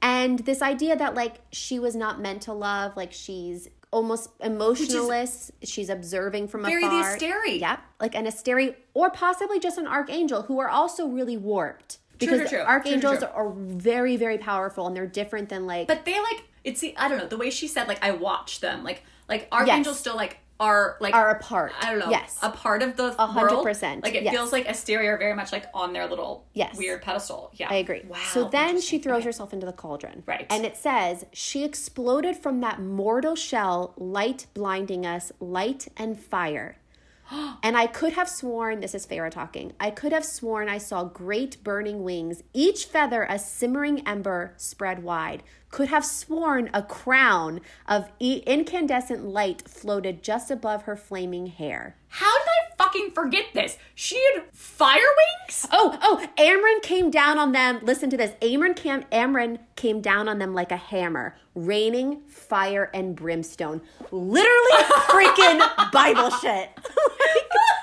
Speaker 1: And this idea that like she was not meant to love, like she's almost emotionless, she's observing from
Speaker 2: Very the
Speaker 1: afar.
Speaker 2: Asteri.
Speaker 1: Yep. Like an Asteri or possibly just an archangel who are also really warped.
Speaker 2: True,
Speaker 1: Because
Speaker 2: true, true.
Speaker 1: archangels
Speaker 2: True, true,
Speaker 1: are very, very powerful and they're different than like
Speaker 2: But they like it's the I don't know the way she said like I watched them like like archangels still like are like
Speaker 1: are apart.
Speaker 2: I don't know
Speaker 1: Yes.
Speaker 2: a part of the
Speaker 1: hundred
Speaker 2: world.
Speaker 1: percent,
Speaker 2: Like it
Speaker 1: yes.
Speaker 2: feels like Asteria are very much like on their little
Speaker 1: Yes.
Speaker 2: weird pedestal. Yeah,
Speaker 1: I agree.
Speaker 2: Wow.
Speaker 1: So then she throws herself into the cauldron.
Speaker 2: Right.
Speaker 1: And it says, She exploded from that mortal shell, light blinding us, light and
Speaker 2: <gasps>
Speaker 1: fire. and I could have sworn, this is Farah talking, I could have sworn I saw great burning wings, each feather a simmering ember spread wide. Could have sworn a crown of e- incandescent light floated just above her flaming hair.
Speaker 2: How did I fucking forget this. She had fire wings?
Speaker 1: Oh, oh, Amron came down on them. Listen to this. Amron cam Amron came down on them like a hammer, raining fire and brimstone. Literally freaking Bible shit.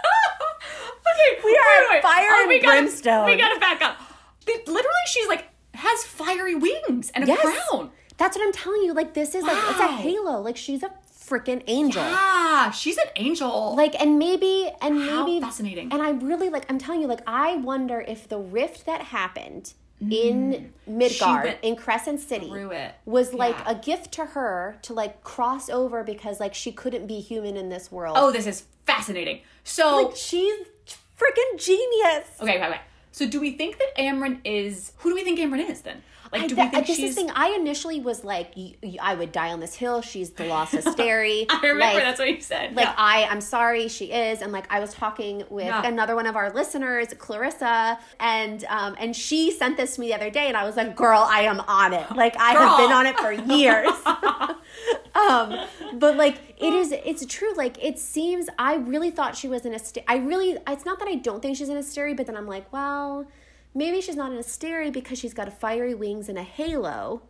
Speaker 2: Okay, we
Speaker 1: are on fire and brimstone.
Speaker 2: Oh, we gotta back up. They- literally, she's like, has fiery wings and a
Speaker 1: Yes.
Speaker 2: crown.
Speaker 1: That's what I'm telling you. Like this is like it's a
Speaker 2: Wow.
Speaker 1: halo. Like she's a freaking angel.
Speaker 2: Ah, she's an angel.
Speaker 1: Like and maybe and
Speaker 2: How
Speaker 1: maybe
Speaker 2: fascinating.
Speaker 1: And I'm really like I'm telling you like I wonder if the rift that happened in Midgard
Speaker 2: Mm. went
Speaker 1: in Crescent City
Speaker 2: through it.
Speaker 1: was like
Speaker 2: Yeah.
Speaker 1: a gift to her to like cross over because like she couldn't be human in this world.
Speaker 2: oh, this is fascinating. So,
Speaker 1: like she's freaking genius.
Speaker 2: okay, okay, okay. So, do we think that Amryn is. Who do we think Amryn is then? Like,
Speaker 1: I
Speaker 2: Oh, do
Speaker 1: bet-
Speaker 2: we think
Speaker 1: this
Speaker 2: she's.
Speaker 1: is the thing. I initially was like, y- y- I would die on this hill. She's the
Speaker 2: <laughs>
Speaker 1: Colossus fairy.
Speaker 2: <laughs> I remember
Speaker 1: Like,
Speaker 2: that's what you said.
Speaker 1: like
Speaker 2: yeah.
Speaker 1: I I'm sorry she is and like I was talking with
Speaker 2: Yeah.
Speaker 1: another one of our listeners Clarissa and um and she sent this to me the other day and I was like girl I am on it like I have
Speaker 2: Girl.
Speaker 1: been on it for
Speaker 2: <laughs>
Speaker 1: years um but like it is it's true like it seems I really thought she was in a st- I really it's not that I don't think she's in a stary but then I'm like well maybe she's not in a stary because she's got a fiery wings and a halo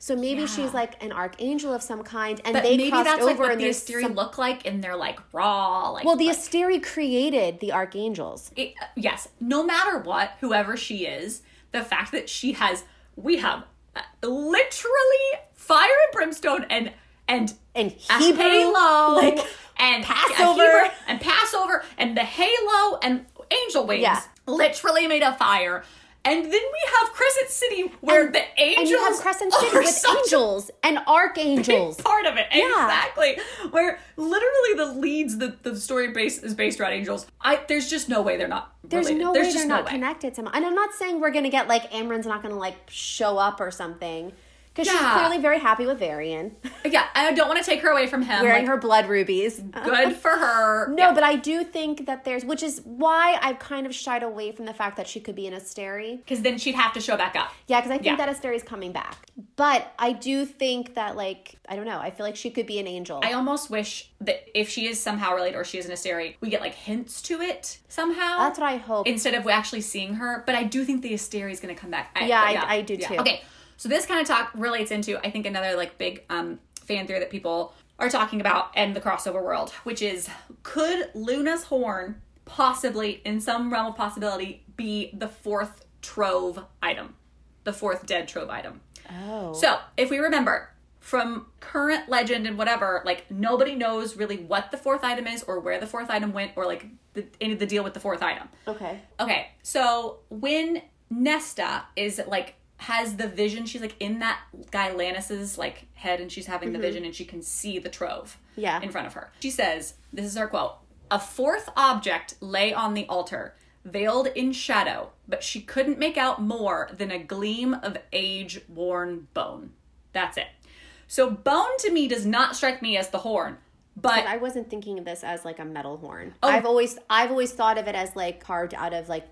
Speaker 1: so maybe she's like an archangel of some kind and
Speaker 2: but
Speaker 1: they
Speaker 2: maybe
Speaker 1: crossed
Speaker 2: that's
Speaker 1: over
Speaker 2: like what
Speaker 1: and
Speaker 2: the
Speaker 1: there's
Speaker 2: Asteri
Speaker 1: some-
Speaker 2: look like, and they're like raw. Like,
Speaker 1: well, the
Speaker 2: like,
Speaker 1: Asteri created the archangels.
Speaker 2: it, yes, no matter what, whoever she is, the fact that she has, we have uh, literally fire and brimstone and and
Speaker 1: And
Speaker 2: a
Speaker 1: Hebrew,
Speaker 2: halo
Speaker 1: like,
Speaker 2: and a
Speaker 1: Passover.
Speaker 2: Hebrew and Passover and the halo and angel wings
Speaker 1: Yeah.
Speaker 2: literally made of fire. And then we have Crescent City where
Speaker 1: And-
Speaker 2: the angels
Speaker 1: and you have Crescent City
Speaker 2: <laughs> are
Speaker 1: with
Speaker 2: such a
Speaker 1: angels and archangels.
Speaker 2: big part of it. Exactly. Where literally the leads the, the story base is based around angels. I there's just no way they're not
Speaker 1: There's
Speaker 2: related.
Speaker 1: no
Speaker 2: there's
Speaker 1: way
Speaker 2: just
Speaker 1: they're
Speaker 2: no
Speaker 1: not
Speaker 2: way.
Speaker 1: connected somehow. And I'm not saying we're gonna get like Amron's not gonna like show up or something because she's
Speaker 2: Yeah.
Speaker 1: clearly very happy with Varian,
Speaker 2: Yeah, I don't want to take her away from him.
Speaker 1: <laughs> wearing
Speaker 2: Like,
Speaker 1: her blood
Speaker 2: <laughs>
Speaker 1: rubies. <laughs>
Speaker 2: good for her.
Speaker 1: No, but I do think that there's, which is why I've kind of shied away from the fact that she could be an Asteri.
Speaker 2: because then she'd have to show back up.
Speaker 1: Yeah, because I think
Speaker 2: Yeah.
Speaker 1: that Asteri is coming back. But I do think that, like, I don't know, I feel like she could be an angel.
Speaker 2: I almost wish that if she is somehow related or she is an Asteri, we get like hints to it somehow.
Speaker 1: That's what I hope.
Speaker 2: Instead of actually seeing her, but I do think the Asteri is going to come back.
Speaker 1: Yeah, I- I do too.
Speaker 2: Okay, so this kind of talk relates into I think another like big um, fan theory that people are talking about and the crossover world, which is could Luna's horn possibly, in some realm of possibility, be the fourth trove item, the fourth dead trove item?
Speaker 1: oh.
Speaker 2: So, if we remember from current legend and whatever, like nobody knows really what the fourth item is or where the fourth item went or like the, any of the deal with the fourth item.
Speaker 1: okay.
Speaker 2: Okay, so when Nesta is like has the vision, she's like in that guy Lannis's like head and she's having the vision and she can see the trove
Speaker 1: Yeah.
Speaker 2: in front of her. She says, this is her quote, a fourth object lay on the altar, veiled in shadow, but she couldn't make out more than a gleam of age-worn bone. That's it. So bone to me does not strike me as the horn, but
Speaker 1: I wasn't thinking of this as like a metal horn. I've always I've always thought of it as like carved out of like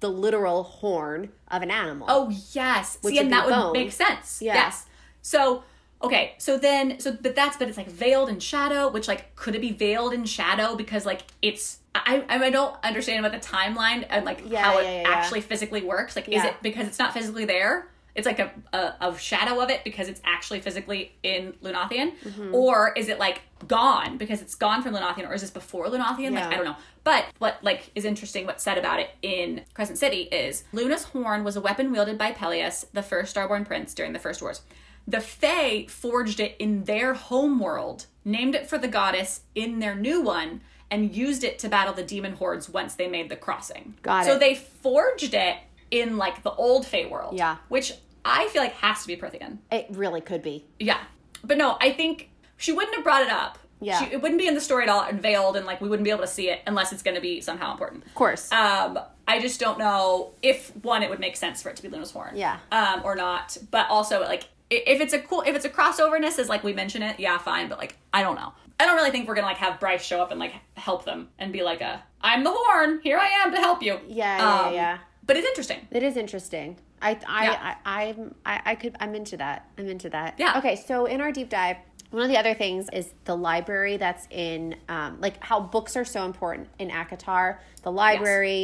Speaker 1: the literal horn of an animal.
Speaker 2: Oh yes, see,
Speaker 1: would
Speaker 2: and
Speaker 1: be
Speaker 2: that would
Speaker 1: bone.
Speaker 2: make sense.
Speaker 1: Yeah.
Speaker 2: Yes. So okay, so then so but that's but it's like veiled in shadow, which like could it be veiled in shadow because like it's I I, I don't understand about the timeline and like
Speaker 1: Yeah,
Speaker 2: how
Speaker 1: yeah,
Speaker 2: it
Speaker 1: yeah, yeah.
Speaker 2: actually physically works. Like is
Speaker 1: Yeah.
Speaker 2: it because it's not physically there? It's like a, a, a shadow of it because it's actually physically in Lunathian,
Speaker 1: Mm-hmm.
Speaker 2: or is it like gone because it's gone from Lunathian, or is this before Lunathian? Like
Speaker 1: Yeah.
Speaker 2: I don't know. But what like is interesting what's said about it in Crescent City is Luna's horn was a weapon wielded by Pelias, the first Starborn prince during the First Wars. The Fae forged it in their homeworld, named it for the goddess in their new one, and used it to battle the demon hordes once they made the crossing.
Speaker 1: Got
Speaker 2: So
Speaker 1: it.
Speaker 2: they forged it in like the old Fae world.
Speaker 1: Yeah.
Speaker 2: Which I feel like has to be Prithian.
Speaker 1: It really could be.
Speaker 2: Yeah. But no, I think she wouldn't have brought it up.
Speaker 1: Yeah.
Speaker 2: She, it wouldn't be in the story at all and veiled and like we wouldn't be able to see it unless it's going to be somehow important.
Speaker 1: Of course.
Speaker 2: Um, I just don't know if one, it would make sense for it to be Luna's horn,
Speaker 1: Yeah.
Speaker 2: um, or not. But also, like, i- if it's a cool, if it's a crossoverness, as like we mention it, yeah, fine. But like, I don't know. I don't really think we're gonna like have Bryce show up and like help them and be like a, I'm the horn, here I am to help you. Um,
Speaker 1: Yeah, yeah, yeah.
Speaker 2: But it's interesting.
Speaker 1: It is interesting. I I,
Speaker 2: Yeah.
Speaker 1: I I'm I, I could I'm into that. I'm into that.
Speaker 2: Yeah.
Speaker 1: Okay, so in our deep dive, One of the other things is the library that's in, um, like how books are so important in ACOTAR, the library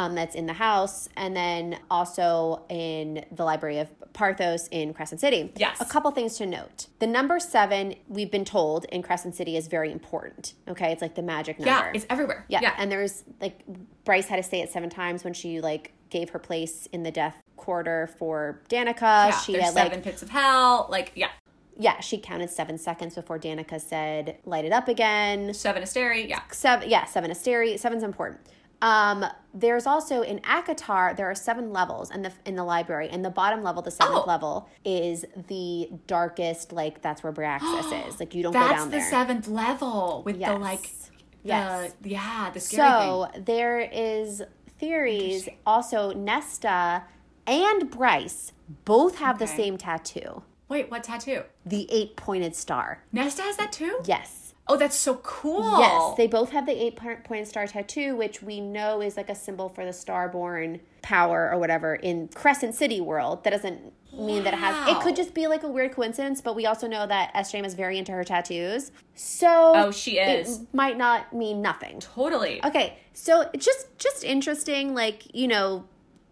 Speaker 1: um, that's in the house, and then also in the library of Parthos in Crescent City.
Speaker 2: Yes.
Speaker 1: A couple things to note. The number seven, we've been told in Crescent City, is very important. Okay. It's like the magic number.
Speaker 2: Yeah, it's everywhere.
Speaker 1: Yeah.
Speaker 2: yeah.
Speaker 1: And there's like Bryce had to say it seven times when she like gave her place in the death quarter for Danica.
Speaker 2: yeah.
Speaker 1: she
Speaker 2: There's
Speaker 1: had
Speaker 2: seven
Speaker 1: like
Speaker 2: pits of hell. Like yeah,
Speaker 1: yeah, she counted seven seconds before Danica said light it up again.
Speaker 2: seven asteri. Yeah,
Speaker 1: Seven yeah, seven asteri. Seven's important. Um, there's also in Akatar, there are seven levels in the in the library, and the bottom level, the seventh
Speaker 2: Oh.
Speaker 1: level, is the darkest. Like that's where
Speaker 2: <gasps>
Speaker 1: Braxis is. Like you don't go
Speaker 2: that's
Speaker 1: down
Speaker 2: the
Speaker 1: there.
Speaker 2: seventh level with the
Speaker 1: Yes.
Speaker 2: like. The,
Speaker 1: Yes.
Speaker 2: Yeah. The scary
Speaker 1: So there is theories. Also, Nesta and Bryce both have the
Speaker 2: Okay.
Speaker 1: same tattoo,
Speaker 2: thing. Wait, what tattoo?
Speaker 1: the eight pointed star.
Speaker 2: Nesta has that too.
Speaker 1: Yes.
Speaker 2: Oh, that's so cool.
Speaker 1: Yes, they both have the eight point- pointed star tattoo, which we know is like a symbol for the starborn power or whatever in Crescent City world. That doesn't mean that it has. It
Speaker 2: Wow.
Speaker 1: could just be like a weird coincidence, but we also know that S. James is very into her tattoos. So
Speaker 2: Oh, she is.
Speaker 1: It might not mean nothing.
Speaker 2: totally.
Speaker 1: Okay, so it's just just interesting, like you know,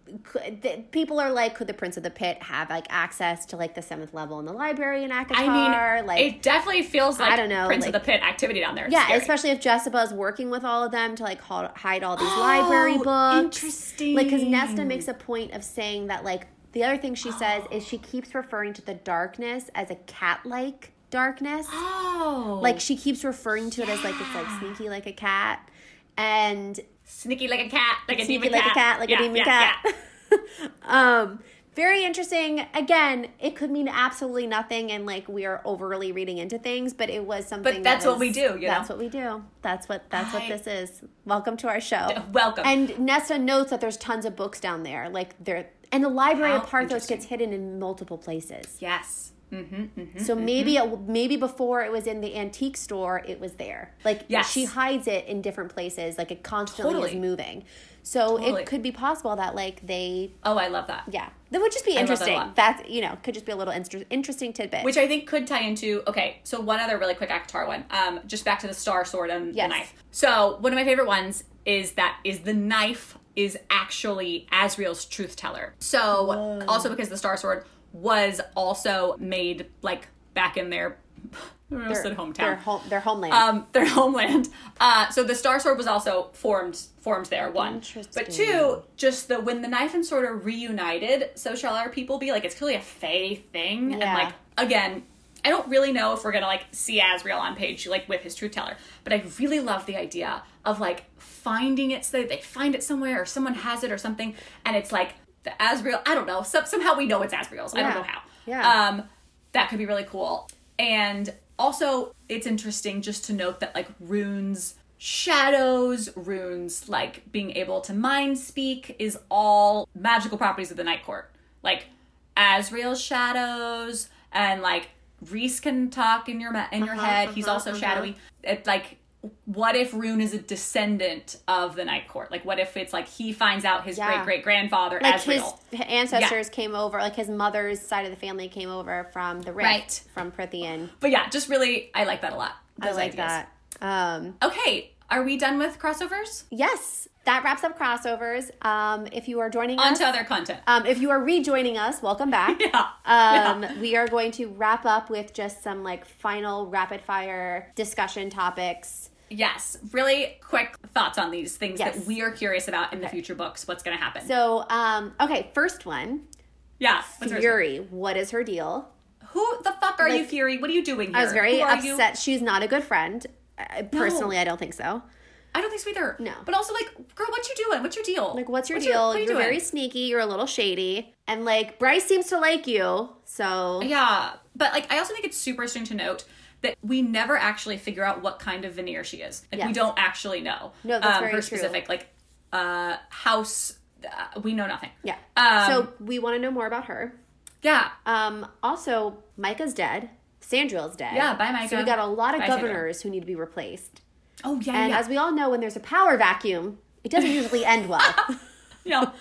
Speaker 1: c- the, people are like, could the Prince of the Pit have like access to like the seventh level in the library in Akatar?
Speaker 2: I mean,
Speaker 1: like,
Speaker 2: it definitely feels like
Speaker 1: I don't know,
Speaker 2: Prince
Speaker 1: like-
Speaker 2: of the Pit activity down there. It's
Speaker 1: yeah,
Speaker 2: scary.
Speaker 1: especially if Jessica is working with all of them to like hol- hide all these library books.
Speaker 2: Oh, interesting.
Speaker 1: Like, because Nesta makes a point of saying that like the other thing she says is she keeps referring to the darkness as a cat-like
Speaker 2: <gasps>
Speaker 1: darkness.
Speaker 2: Oh,
Speaker 1: Like she keeps referring to it as like it's like sneaky like a cat, and
Speaker 2: sneaky like a cat, like a
Speaker 1: sneaky
Speaker 2: demon
Speaker 1: like
Speaker 2: cat,
Speaker 1: a cat, like
Speaker 2: Yeah,
Speaker 1: a demon
Speaker 2: yeah,
Speaker 1: cat. <laughs>
Speaker 2: yeah.
Speaker 1: um, very interesting. Again, it could mean absolutely nothing, and like we are overly reading into things, but it was something. that
Speaker 2: that's what
Speaker 1: was-
Speaker 2: we do, you
Speaker 1: that's
Speaker 2: know?
Speaker 1: what we do. That's what that's
Speaker 2: I-
Speaker 1: what this is. Welcome to our show.
Speaker 2: <laughs> Welcome.
Speaker 1: And Nesta notes that there's tons of books down there, like there. And the library of Parthos gets hidden in multiple places.
Speaker 2: yes. Mm-hmm,
Speaker 1: So maybe it, maybe before it was in the antique store, it was there. Like
Speaker 2: Yes.
Speaker 1: she hides it in different places. Like it constantly is
Speaker 2: Totally.
Speaker 1: moving. So
Speaker 2: Totally.
Speaker 1: it could be possible that like they
Speaker 2: Oh, I love that.
Speaker 1: yeah, that would just be
Speaker 2: love that a
Speaker 1: interesting.
Speaker 2: lot.
Speaker 1: That's you know could just be a little inter- interesting tidbit.
Speaker 2: Which I think could tie into okay. So one other really quick Akatar one. Um, just back to the star sword and
Speaker 1: Yes.
Speaker 2: the knife. So one of my favorite ones is that is the knife is actually Asriel's truth teller. So also because the star sword was also made like back in their, <laughs> I almost said hometown.
Speaker 1: their home, their homeland.
Speaker 2: um, their <laughs> homeland. Uh, so the Star Sword was also formed formed there. One, but two, just the when the knife and sword are reunited, so shall our people be. Like it's clearly a Fey thing, and
Speaker 1: Yeah.
Speaker 2: like again, I don't really know if we're gonna like see Asriel on page like with his truth teller, but I really love the idea of like finding it so that they find it somewhere or someone has it or something, and it's like the Asriel. I don't know. Some, somehow we know it's Asriel's. I
Speaker 1: Yeah.
Speaker 2: don't know how.
Speaker 1: Yeah.
Speaker 2: Um, that could be really cool. And also, it's interesting just to note that like runes, shadows, runes, like being able to mind speak is all magical properties of the Night Court. Like Asriel's shadows and like Reese can talk in your ma- in
Speaker 1: Uh-huh,
Speaker 2: your head. He's also shadowy. It like what if Rune is a descendant of the Night Court? Like what if it's like he finds out his
Speaker 1: Yeah.
Speaker 2: great great grandfather
Speaker 1: like
Speaker 2: Asriel?
Speaker 1: his ancestors came over, like his mother's side of the family came over from the rift,
Speaker 2: Right.
Speaker 1: from Prithian.
Speaker 2: But yeah, just really, I like that a lot.
Speaker 1: I
Speaker 2: Those
Speaker 1: like
Speaker 2: ideas.
Speaker 1: that. Um,
Speaker 2: Okay, are we done with crossovers?
Speaker 1: yes, that wraps up crossovers. Um, if you are joining
Speaker 2: On
Speaker 1: us,
Speaker 2: to other content.
Speaker 1: um, if you are rejoining us, welcome back.
Speaker 2: <laughs> yeah.
Speaker 1: Um, We are going to wrap up with just some like final rapid fire discussion topics.
Speaker 2: Yes. Really quick thoughts on these things
Speaker 1: Yes.
Speaker 2: that we are curious about in the future books. What's going to happen?
Speaker 1: So, um, okay, first one
Speaker 2: yeah. What's yours?
Speaker 1: Fury, what is her deal?
Speaker 2: Who the fuck are you,
Speaker 1: Like-
Speaker 2: Fury? What are you doing here?
Speaker 1: I was very
Speaker 2: Who are you?
Speaker 1: upset. She's not a good friend. I, personally, I don't think so.
Speaker 2: I don't think so either.
Speaker 1: No.
Speaker 2: But also, like, girl, what you doing? What's your deal?
Speaker 1: Like, what's your deal?
Speaker 2: what are you
Speaker 1: you're
Speaker 2: doing?
Speaker 1: very sneaky. You're a little shady, and like Bryce seems to like you. So
Speaker 2: Yeah, but like I also think it's super interesting to note that we never actually figure out what kind of veneer she is. Like
Speaker 1: Yes.
Speaker 2: we don't actually know. um,
Speaker 1: No, that's very
Speaker 2: her
Speaker 1: true.
Speaker 2: specific like uh house. Uh, we know nothing.
Speaker 1: yeah.
Speaker 2: Um,
Speaker 1: so we want to know more about her.
Speaker 2: Yeah.
Speaker 1: Um, also, Micah's dead. Sandril's dead.
Speaker 2: Yeah, bye, Micah.
Speaker 1: So we got a lot of
Speaker 2: Bye, Sandra.
Speaker 1: governors who need to be replaced.
Speaker 2: Oh yeah.
Speaker 1: And
Speaker 2: yeah.
Speaker 1: as we all know, when there's a power vacuum, it doesn't usually end
Speaker 2: <laughs>
Speaker 1: well.
Speaker 2: yeah.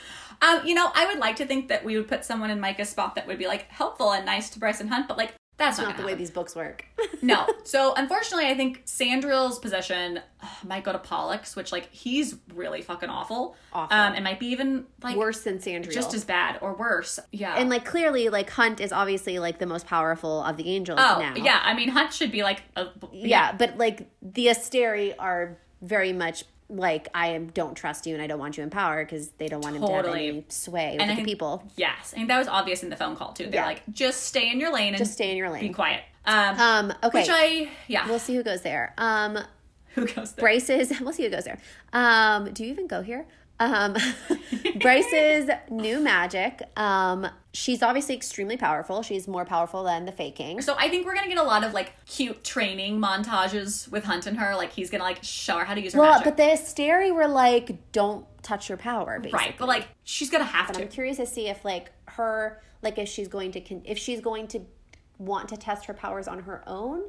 Speaker 2: Um, you know, I would like to think that we would put someone in Micah's spot that would be like helpful and nice to Bryson Hunt, but like That's
Speaker 1: It's
Speaker 2: not,
Speaker 1: not the way these books work. <laughs>
Speaker 2: no. So unfortunately, I think Sandril's possession ugh, might go to Pollux, which like he's really fucking awful.
Speaker 1: Awful.
Speaker 2: Um, it might be even like
Speaker 1: Worse than Sandriel.
Speaker 2: just as bad or worse. Yeah.
Speaker 1: and like clearly, like Hunt is obviously like the most powerful of the angels
Speaker 2: oh
Speaker 1: now.
Speaker 2: yeah, I mean Hunt should be like a,
Speaker 1: yeah, but like the Asteri are very much like I am don't trust you and I don't want you in power because they don't want him to have
Speaker 2: Totally.
Speaker 1: any sway
Speaker 2: I
Speaker 1: with the
Speaker 2: think-
Speaker 1: people.
Speaker 2: Yes, and that was obvious in the phone call too. They're
Speaker 1: Yeah.
Speaker 2: like, just stay in your lane and
Speaker 1: Just stay in your
Speaker 2: be
Speaker 1: lane.
Speaker 2: quiet. Um,
Speaker 1: Um, okay,
Speaker 2: which I yeah.
Speaker 1: we'll see who goes there. Um,
Speaker 2: <laughs> who goes there?
Speaker 1: Bryce's. <laughs> We'll see who goes there. Um, do you even go here? Um, <laughs> Bryce's new magic. Um, she's obviously extremely powerful. She's more powerful than the faking.
Speaker 2: So I think we're gonna get a lot of like cute training montages with Hunt and her. Like he's gonna like show her how to use her
Speaker 1: Well,
Speaker 2: magic.
Speaker 1: but the Asteri were like, "Don't touch your power." Basically.
Speaker 2: right, but like she's gonna have to.
Speaker 1: I'm curious to see if like her like if she's going to con- if she's going to want to test her powers on her own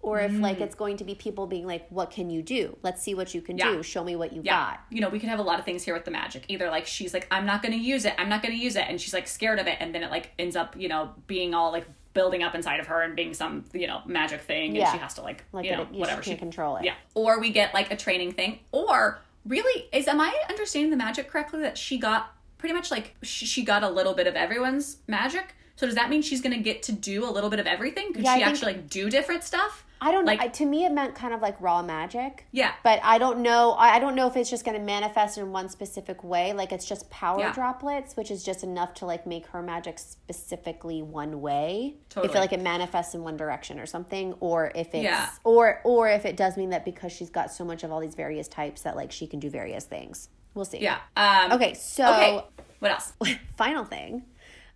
Speaker 1: or if like it's going to be people being like what can you do? Let's see what you can
Speaker 2: Mm. Yeah.
Speaker 1: do. Show me what you
Speaker 2: yeah.
Speaker 1: got.
Speaker 2: You know, we could have a lot of things here with the magic. Either like she's like, I'm not gonna use it, I'm not gonna use it, and she's like scared of it, and then it like ends up, you know, being all like building up inside of her and being some, you know, magic thing, and
Speaker 1: Yeah.
Speaker 2: she has to like,
Speaker 1: Like
Speaker 2: you know,
Speaker 1: that it, you
Speaker 2: whatever
Speaker 1: she can control it.
Speaker 2: Yeah. Or we get like a training thing. Or really, is am I understanding the magic correctly that she got pretty much like she, she got a little bit of everyone's magic? So does that mean she's gonna get to do a little bit of everything? Could
Speaker 1: Yeah, I
Speaker 2: she
Speaker 1: think-
Speaker 2: actually like do different stuff?
Speaker 1: I don't
Speaker 2: Like-
Speaker 1: know. I, to me it meant kind of like raw magic.
Speaker 2: Yeah.
Speaker 1: But I don't know. I, I don't know if it's just going to manifest in one specific way. Like it's just power
Speaker 2: Yeah.
Speaker 1: droplets, which is just enough to like make her magic specifically one way. If
Speaker 2: Totally.
Speaker 1: it, like it manifests in one direction or something, or if it's
Speaker 2: Yeah.
Speaker 1: or or if it does mean that because she's got so much of all these various types that like she can do various things. We'll see.
Speaker 2: Yeah. Um,
Speaker 1: Okay. So
Speaker 2: Okay. What else?
Speaker 1: final thing,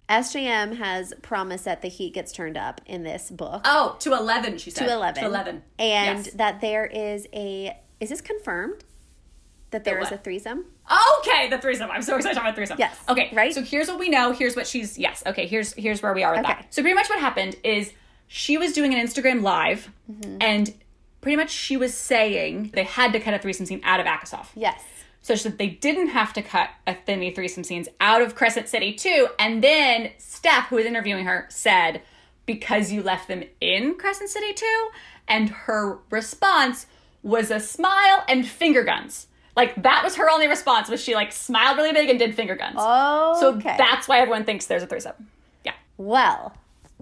Speaker 1: SJM has promised that the heat gets turned up in this book.
Speaker 2: Oh, to eleven. She said
Speaker 1: to 11.
Speaker 2: To eleven.
Speaker 1: And
Speaker 2: Yes.
Speaker 1: that there is a is this confirmed? That there is a
Speaker 2: what?
Speaker 1: threesome?
Speaker 2: okay, the threesome. I'm so excited about threesome.
Speaker 1: Yes.
Speaker 2: Okay.
Speaker 1: Right?
Speaker 2: So here's what we know. Here's what she's. Yes. Okay. Here's here's where we are with
Speaker 1: Okay.
Speaker 2: that. So pretty much what happened is she was doing an Instagram live,
Speaker 1: Mm-hmm.
Speaker 2: and pretty much she was saying they had to cut a threesome scene out of Akasoff.
Speaker 1: Yes.
Speaker 2: So she said they didn't have to cut a Thinny threesome scenes out of Crescent City too. And then Steph, who was interviewing her, said, because you left them in Crescent City too. And her response was a smile and finger guns. Like that was her only response was she like smiled really big and did finger guns.
Speaker 1: Oh,
Speaker 2: So that's why everyone thinks there's a threesome. Yeah.
Speaker 1: well.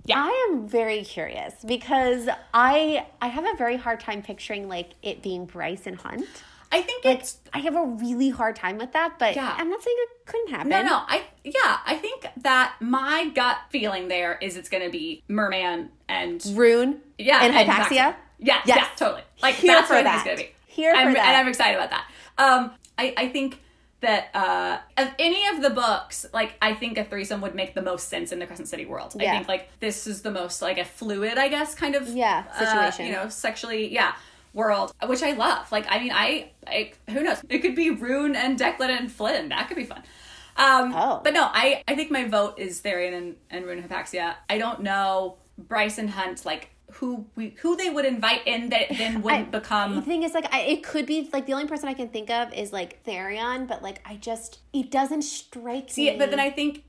Speaker 2: Yeah.
Speaker 1: I am very curious because I I have a very hard time picturing like it being Bryce and Hunt.
Speaker 2: I think it's
Speaker 1: I have a really hard time with that, but
Speaker 2: Yeah.
Speaker 1: I'm not saying it couldn't happen.
Speaker 2: No, no. I yeah, I think that my gut feeling there is it's gonna be Merman and
Speaker 1: Rune
Speaker 2: Yeah,
Speaker 1: and Hypaxia.
Speaker 2: Yeah,
Speaker 1: Yes.
Speaker 2: yeah, totally. Like
Speaker 1: Here
Speaker 2: that's
Speaker 1: for
Speaker 2: what it's
Speaker 1: that.
Speaker 2: gonna be.
Speaker 1: Here for
Speaker 2: I'm,
Speaker 1: that.
Speaker 2: and I'm excited about that. Um, I I think that uh, of any of the books, like I think a threesome would make the most sense in the Crescent City world.
Speaker 1: Yeah.
Speaker 2: I think like this is the most like a fluid, I guess, kind of
Speaker 1: Yeah,
Speaker 2: uh,
Speaker 1: situation.
Speaker 2: you know, sexually, yeah. World, which I love. Like, I mean, I, I, who knows? It could be Rune and Declan and Flynn. That could be fun. Um,
Speaker 1: Oh.
Speaker 2: But no, I, I think my vote is Therian and, and Rune Hypaxia. I don't know Bryson Hunt, like who we who they would invite in that
Speaker 1: <laughs>
Speaker 2: then wouldn't
Speaker 1: The
Speaker 2: become
Speaker 1: thing is, like, I, it could be like the only person I can think of is like Therion, but like I just it doesn't strike
Speaker 2: see
Speaker 1: me.
Speaker 2: it. But then I think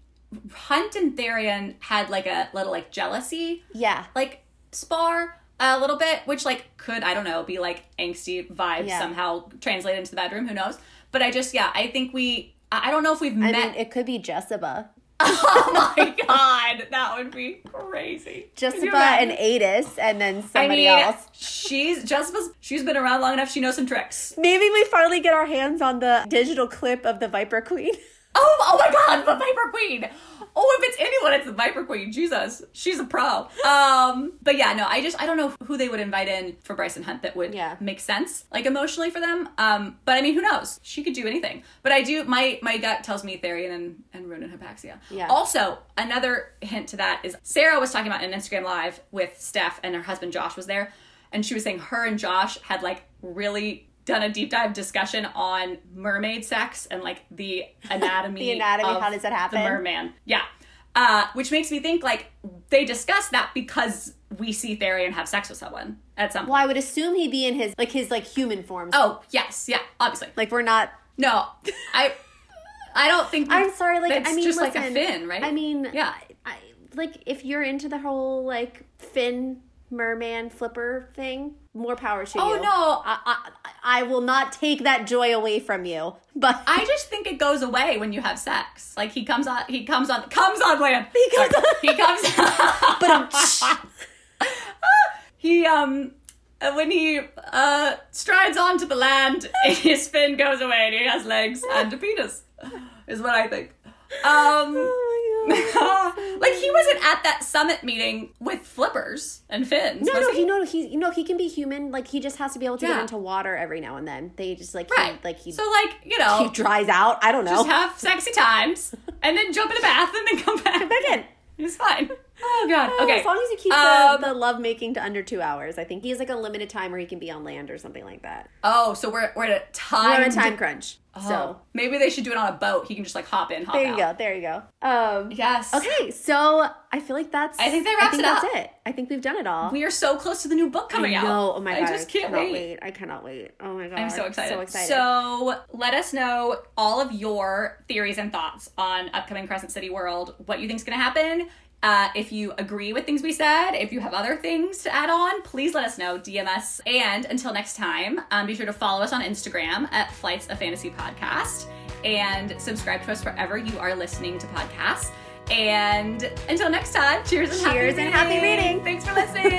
Speaker 2: Hunt and Therian had like a little like jealousy
Speaker 1: yeah,
Speaker 2: like spar a little bit, which like could I don't know be like angsty vibe
Speaker 1: Yeah.
Speaker 2: somehow translated into the bedroom. Who knows? But I just yeah, I think we. I I don't know if we've
Speaker 1: I
Speaker 2: met. <laughs>
Speaker 1: mean, it could be Jessica,
Speaker 2: oh my <laughs> god, that would be crazy. Could you
Speaker 1: Jessica
Speaker 2: imagine?
Speaker 1: and Adis, and then somebody
Speaker 2: I mean,
Speaker 1: else.
Speaker 2: She's Jessica's. She's been around long enough. She knows some tricks.
Speaker 1: Maybe we finally get our hands on the digital clip of the Viper Queen. <laughs>
Speaker 2: Oh, oh my God, the Viper Queen. Oh, if it's anyone, it's the Viper Queen. Jesus, she's a pro. Um, but yeah, no, I just I don't know who they would invite in for Bryson Hunt that would
Speaker 1: Yeah.
Speaker 2: make sense, like emotionally for them. Um, but I mean, who knows? She could do anything. But I do. My my gut tells me Therian and and Rune and Hypaxia.
Speaker 1: Yeah.
Speaker 2: Also, another hint to that is Sarah was talking about in an Instagram live with Steph and her husband Josh was there, and she was saying her and Josh had like really done a deep dive discussion on mermaid sex and like
Speaker 1: <laughs>
Speaker 2: the anatomy
Speaker 1: The anatomy,
Speaker 2: of
Speaker 1: how does that happen?
Speaker 2: the merman yeah uh, which makes me think like they discuss that because we see Therian have sex with someone at some
Speaker 1: Well,
Speaker 2: point
Speaker 1: I would assume he'd be in his like his like human form.
Speaker 2: oh yes yeah obviously
Speaker 1: like we're not.
Speaker 2: no i i don't think
Speaker 1: I'm sorry. Like
Speaker 2: that's
Speaker 1: I mean,
Speaker 2: just
Speaker 1: listen,
Speaker 2: like a fin right
Speaker 1: I mean,
Speaker 2: yeah
Speaker 1: I, like if you're into the whole like fin merman flipper thing, more power to
Speaker 2: Oh,
Speaker 1: you.
Speaker 2: no.
Speaker 1: I, I I will not take that joy away from you. <laughs> But
Speaker 2: I just think it goes away when you have sex. Like he comes on, he comes on, comes on land. He
Speaker 1: comes
Speaker 2: on. He <laughs> comes.
Speaker 1: but um,
Speaker 2: <laughs> he um, uh, when he uh strides onto the land, <laughs> his fin goes away and he has legs and a penis. Is what I think.
Speaker 1: <laughs>
Speaker 2: Um.
Speaker 1: Oh
Speaker 2: <laughs> like he wasn't at that summit meeting with flippers and fins.
Speaker 1: no,
Speaker 2: was
Speaker 1: no,
Speaker 2: he?
Speaker 1: he no, he you know he can be human. Like he just has to be able to
Speaker 2: Yeah.
Speaker 1: get into water every now and then. They just like
Speaker 2: right.
Speaker 1: he, like he
Speaker 2: so like you
Speaker 1: he
Speaker 2: know,
Speaker 1: dries out. I don't know.
Speaker 2: just have sexy times and then jump in a bath and then come back.
Speaker 1: Back in.
Speaker 2: It's fine. <laughs> Oh god.
Speaker 1: <laughs>
Speaker 2: Okay.
Speaker 1: As long as you keep
Speaker 2: Um,
Speaker 1: the, the love making to under two hours, I think he has like a limited time where he can be on land or something like that.
Speaker 2: oh, so we're we're at a
Speaker 1: We're
Speaker 2: time.
Speaker 1: on a time crunch. So
Speaker 2: So maybe they should do it on a boat. He can just like hop in, hop
Speaker 1: there you
Speaker 2: out.
Speaker 1: go. There you go. Um,
Speaker 2: Yes.
Speaker 1: Okay, so I feel like that's.
Speaker 2: I think that wraps it
Speaker 1: that's
Speaker 2: up.
Speaker 1: it. I think we've done it all.
Speaker 2: We are so close to the new book coming
Speaker 1: I
Speaker 2: out.
Speaker 1: know. Oh my god!
Speaker 2: I just can't
Speaker 1: cannot
Speaker 2: wait.
Speaker 1: I cannot wait. Oh my god!
Speaker 2: I'm so excited.
Speaker 1: So excited.
Speaker 2: So let us know all of your theories and thoughts on upcoming Crescent City World. What you think's going to happen? Uh, if you agree with things we said, if you have other things to add on, please let us know. DM us. And until next time, um, be sure to follow us on Instagram at Flights of Fantasy Podcast and subscribe to us wherever you are listening to podcasts. And until next time, cheers and happy
Speaker 1: Cheers and happy reading.
Speaker 2: Thanks for listening.
Speaker 1: <laughs>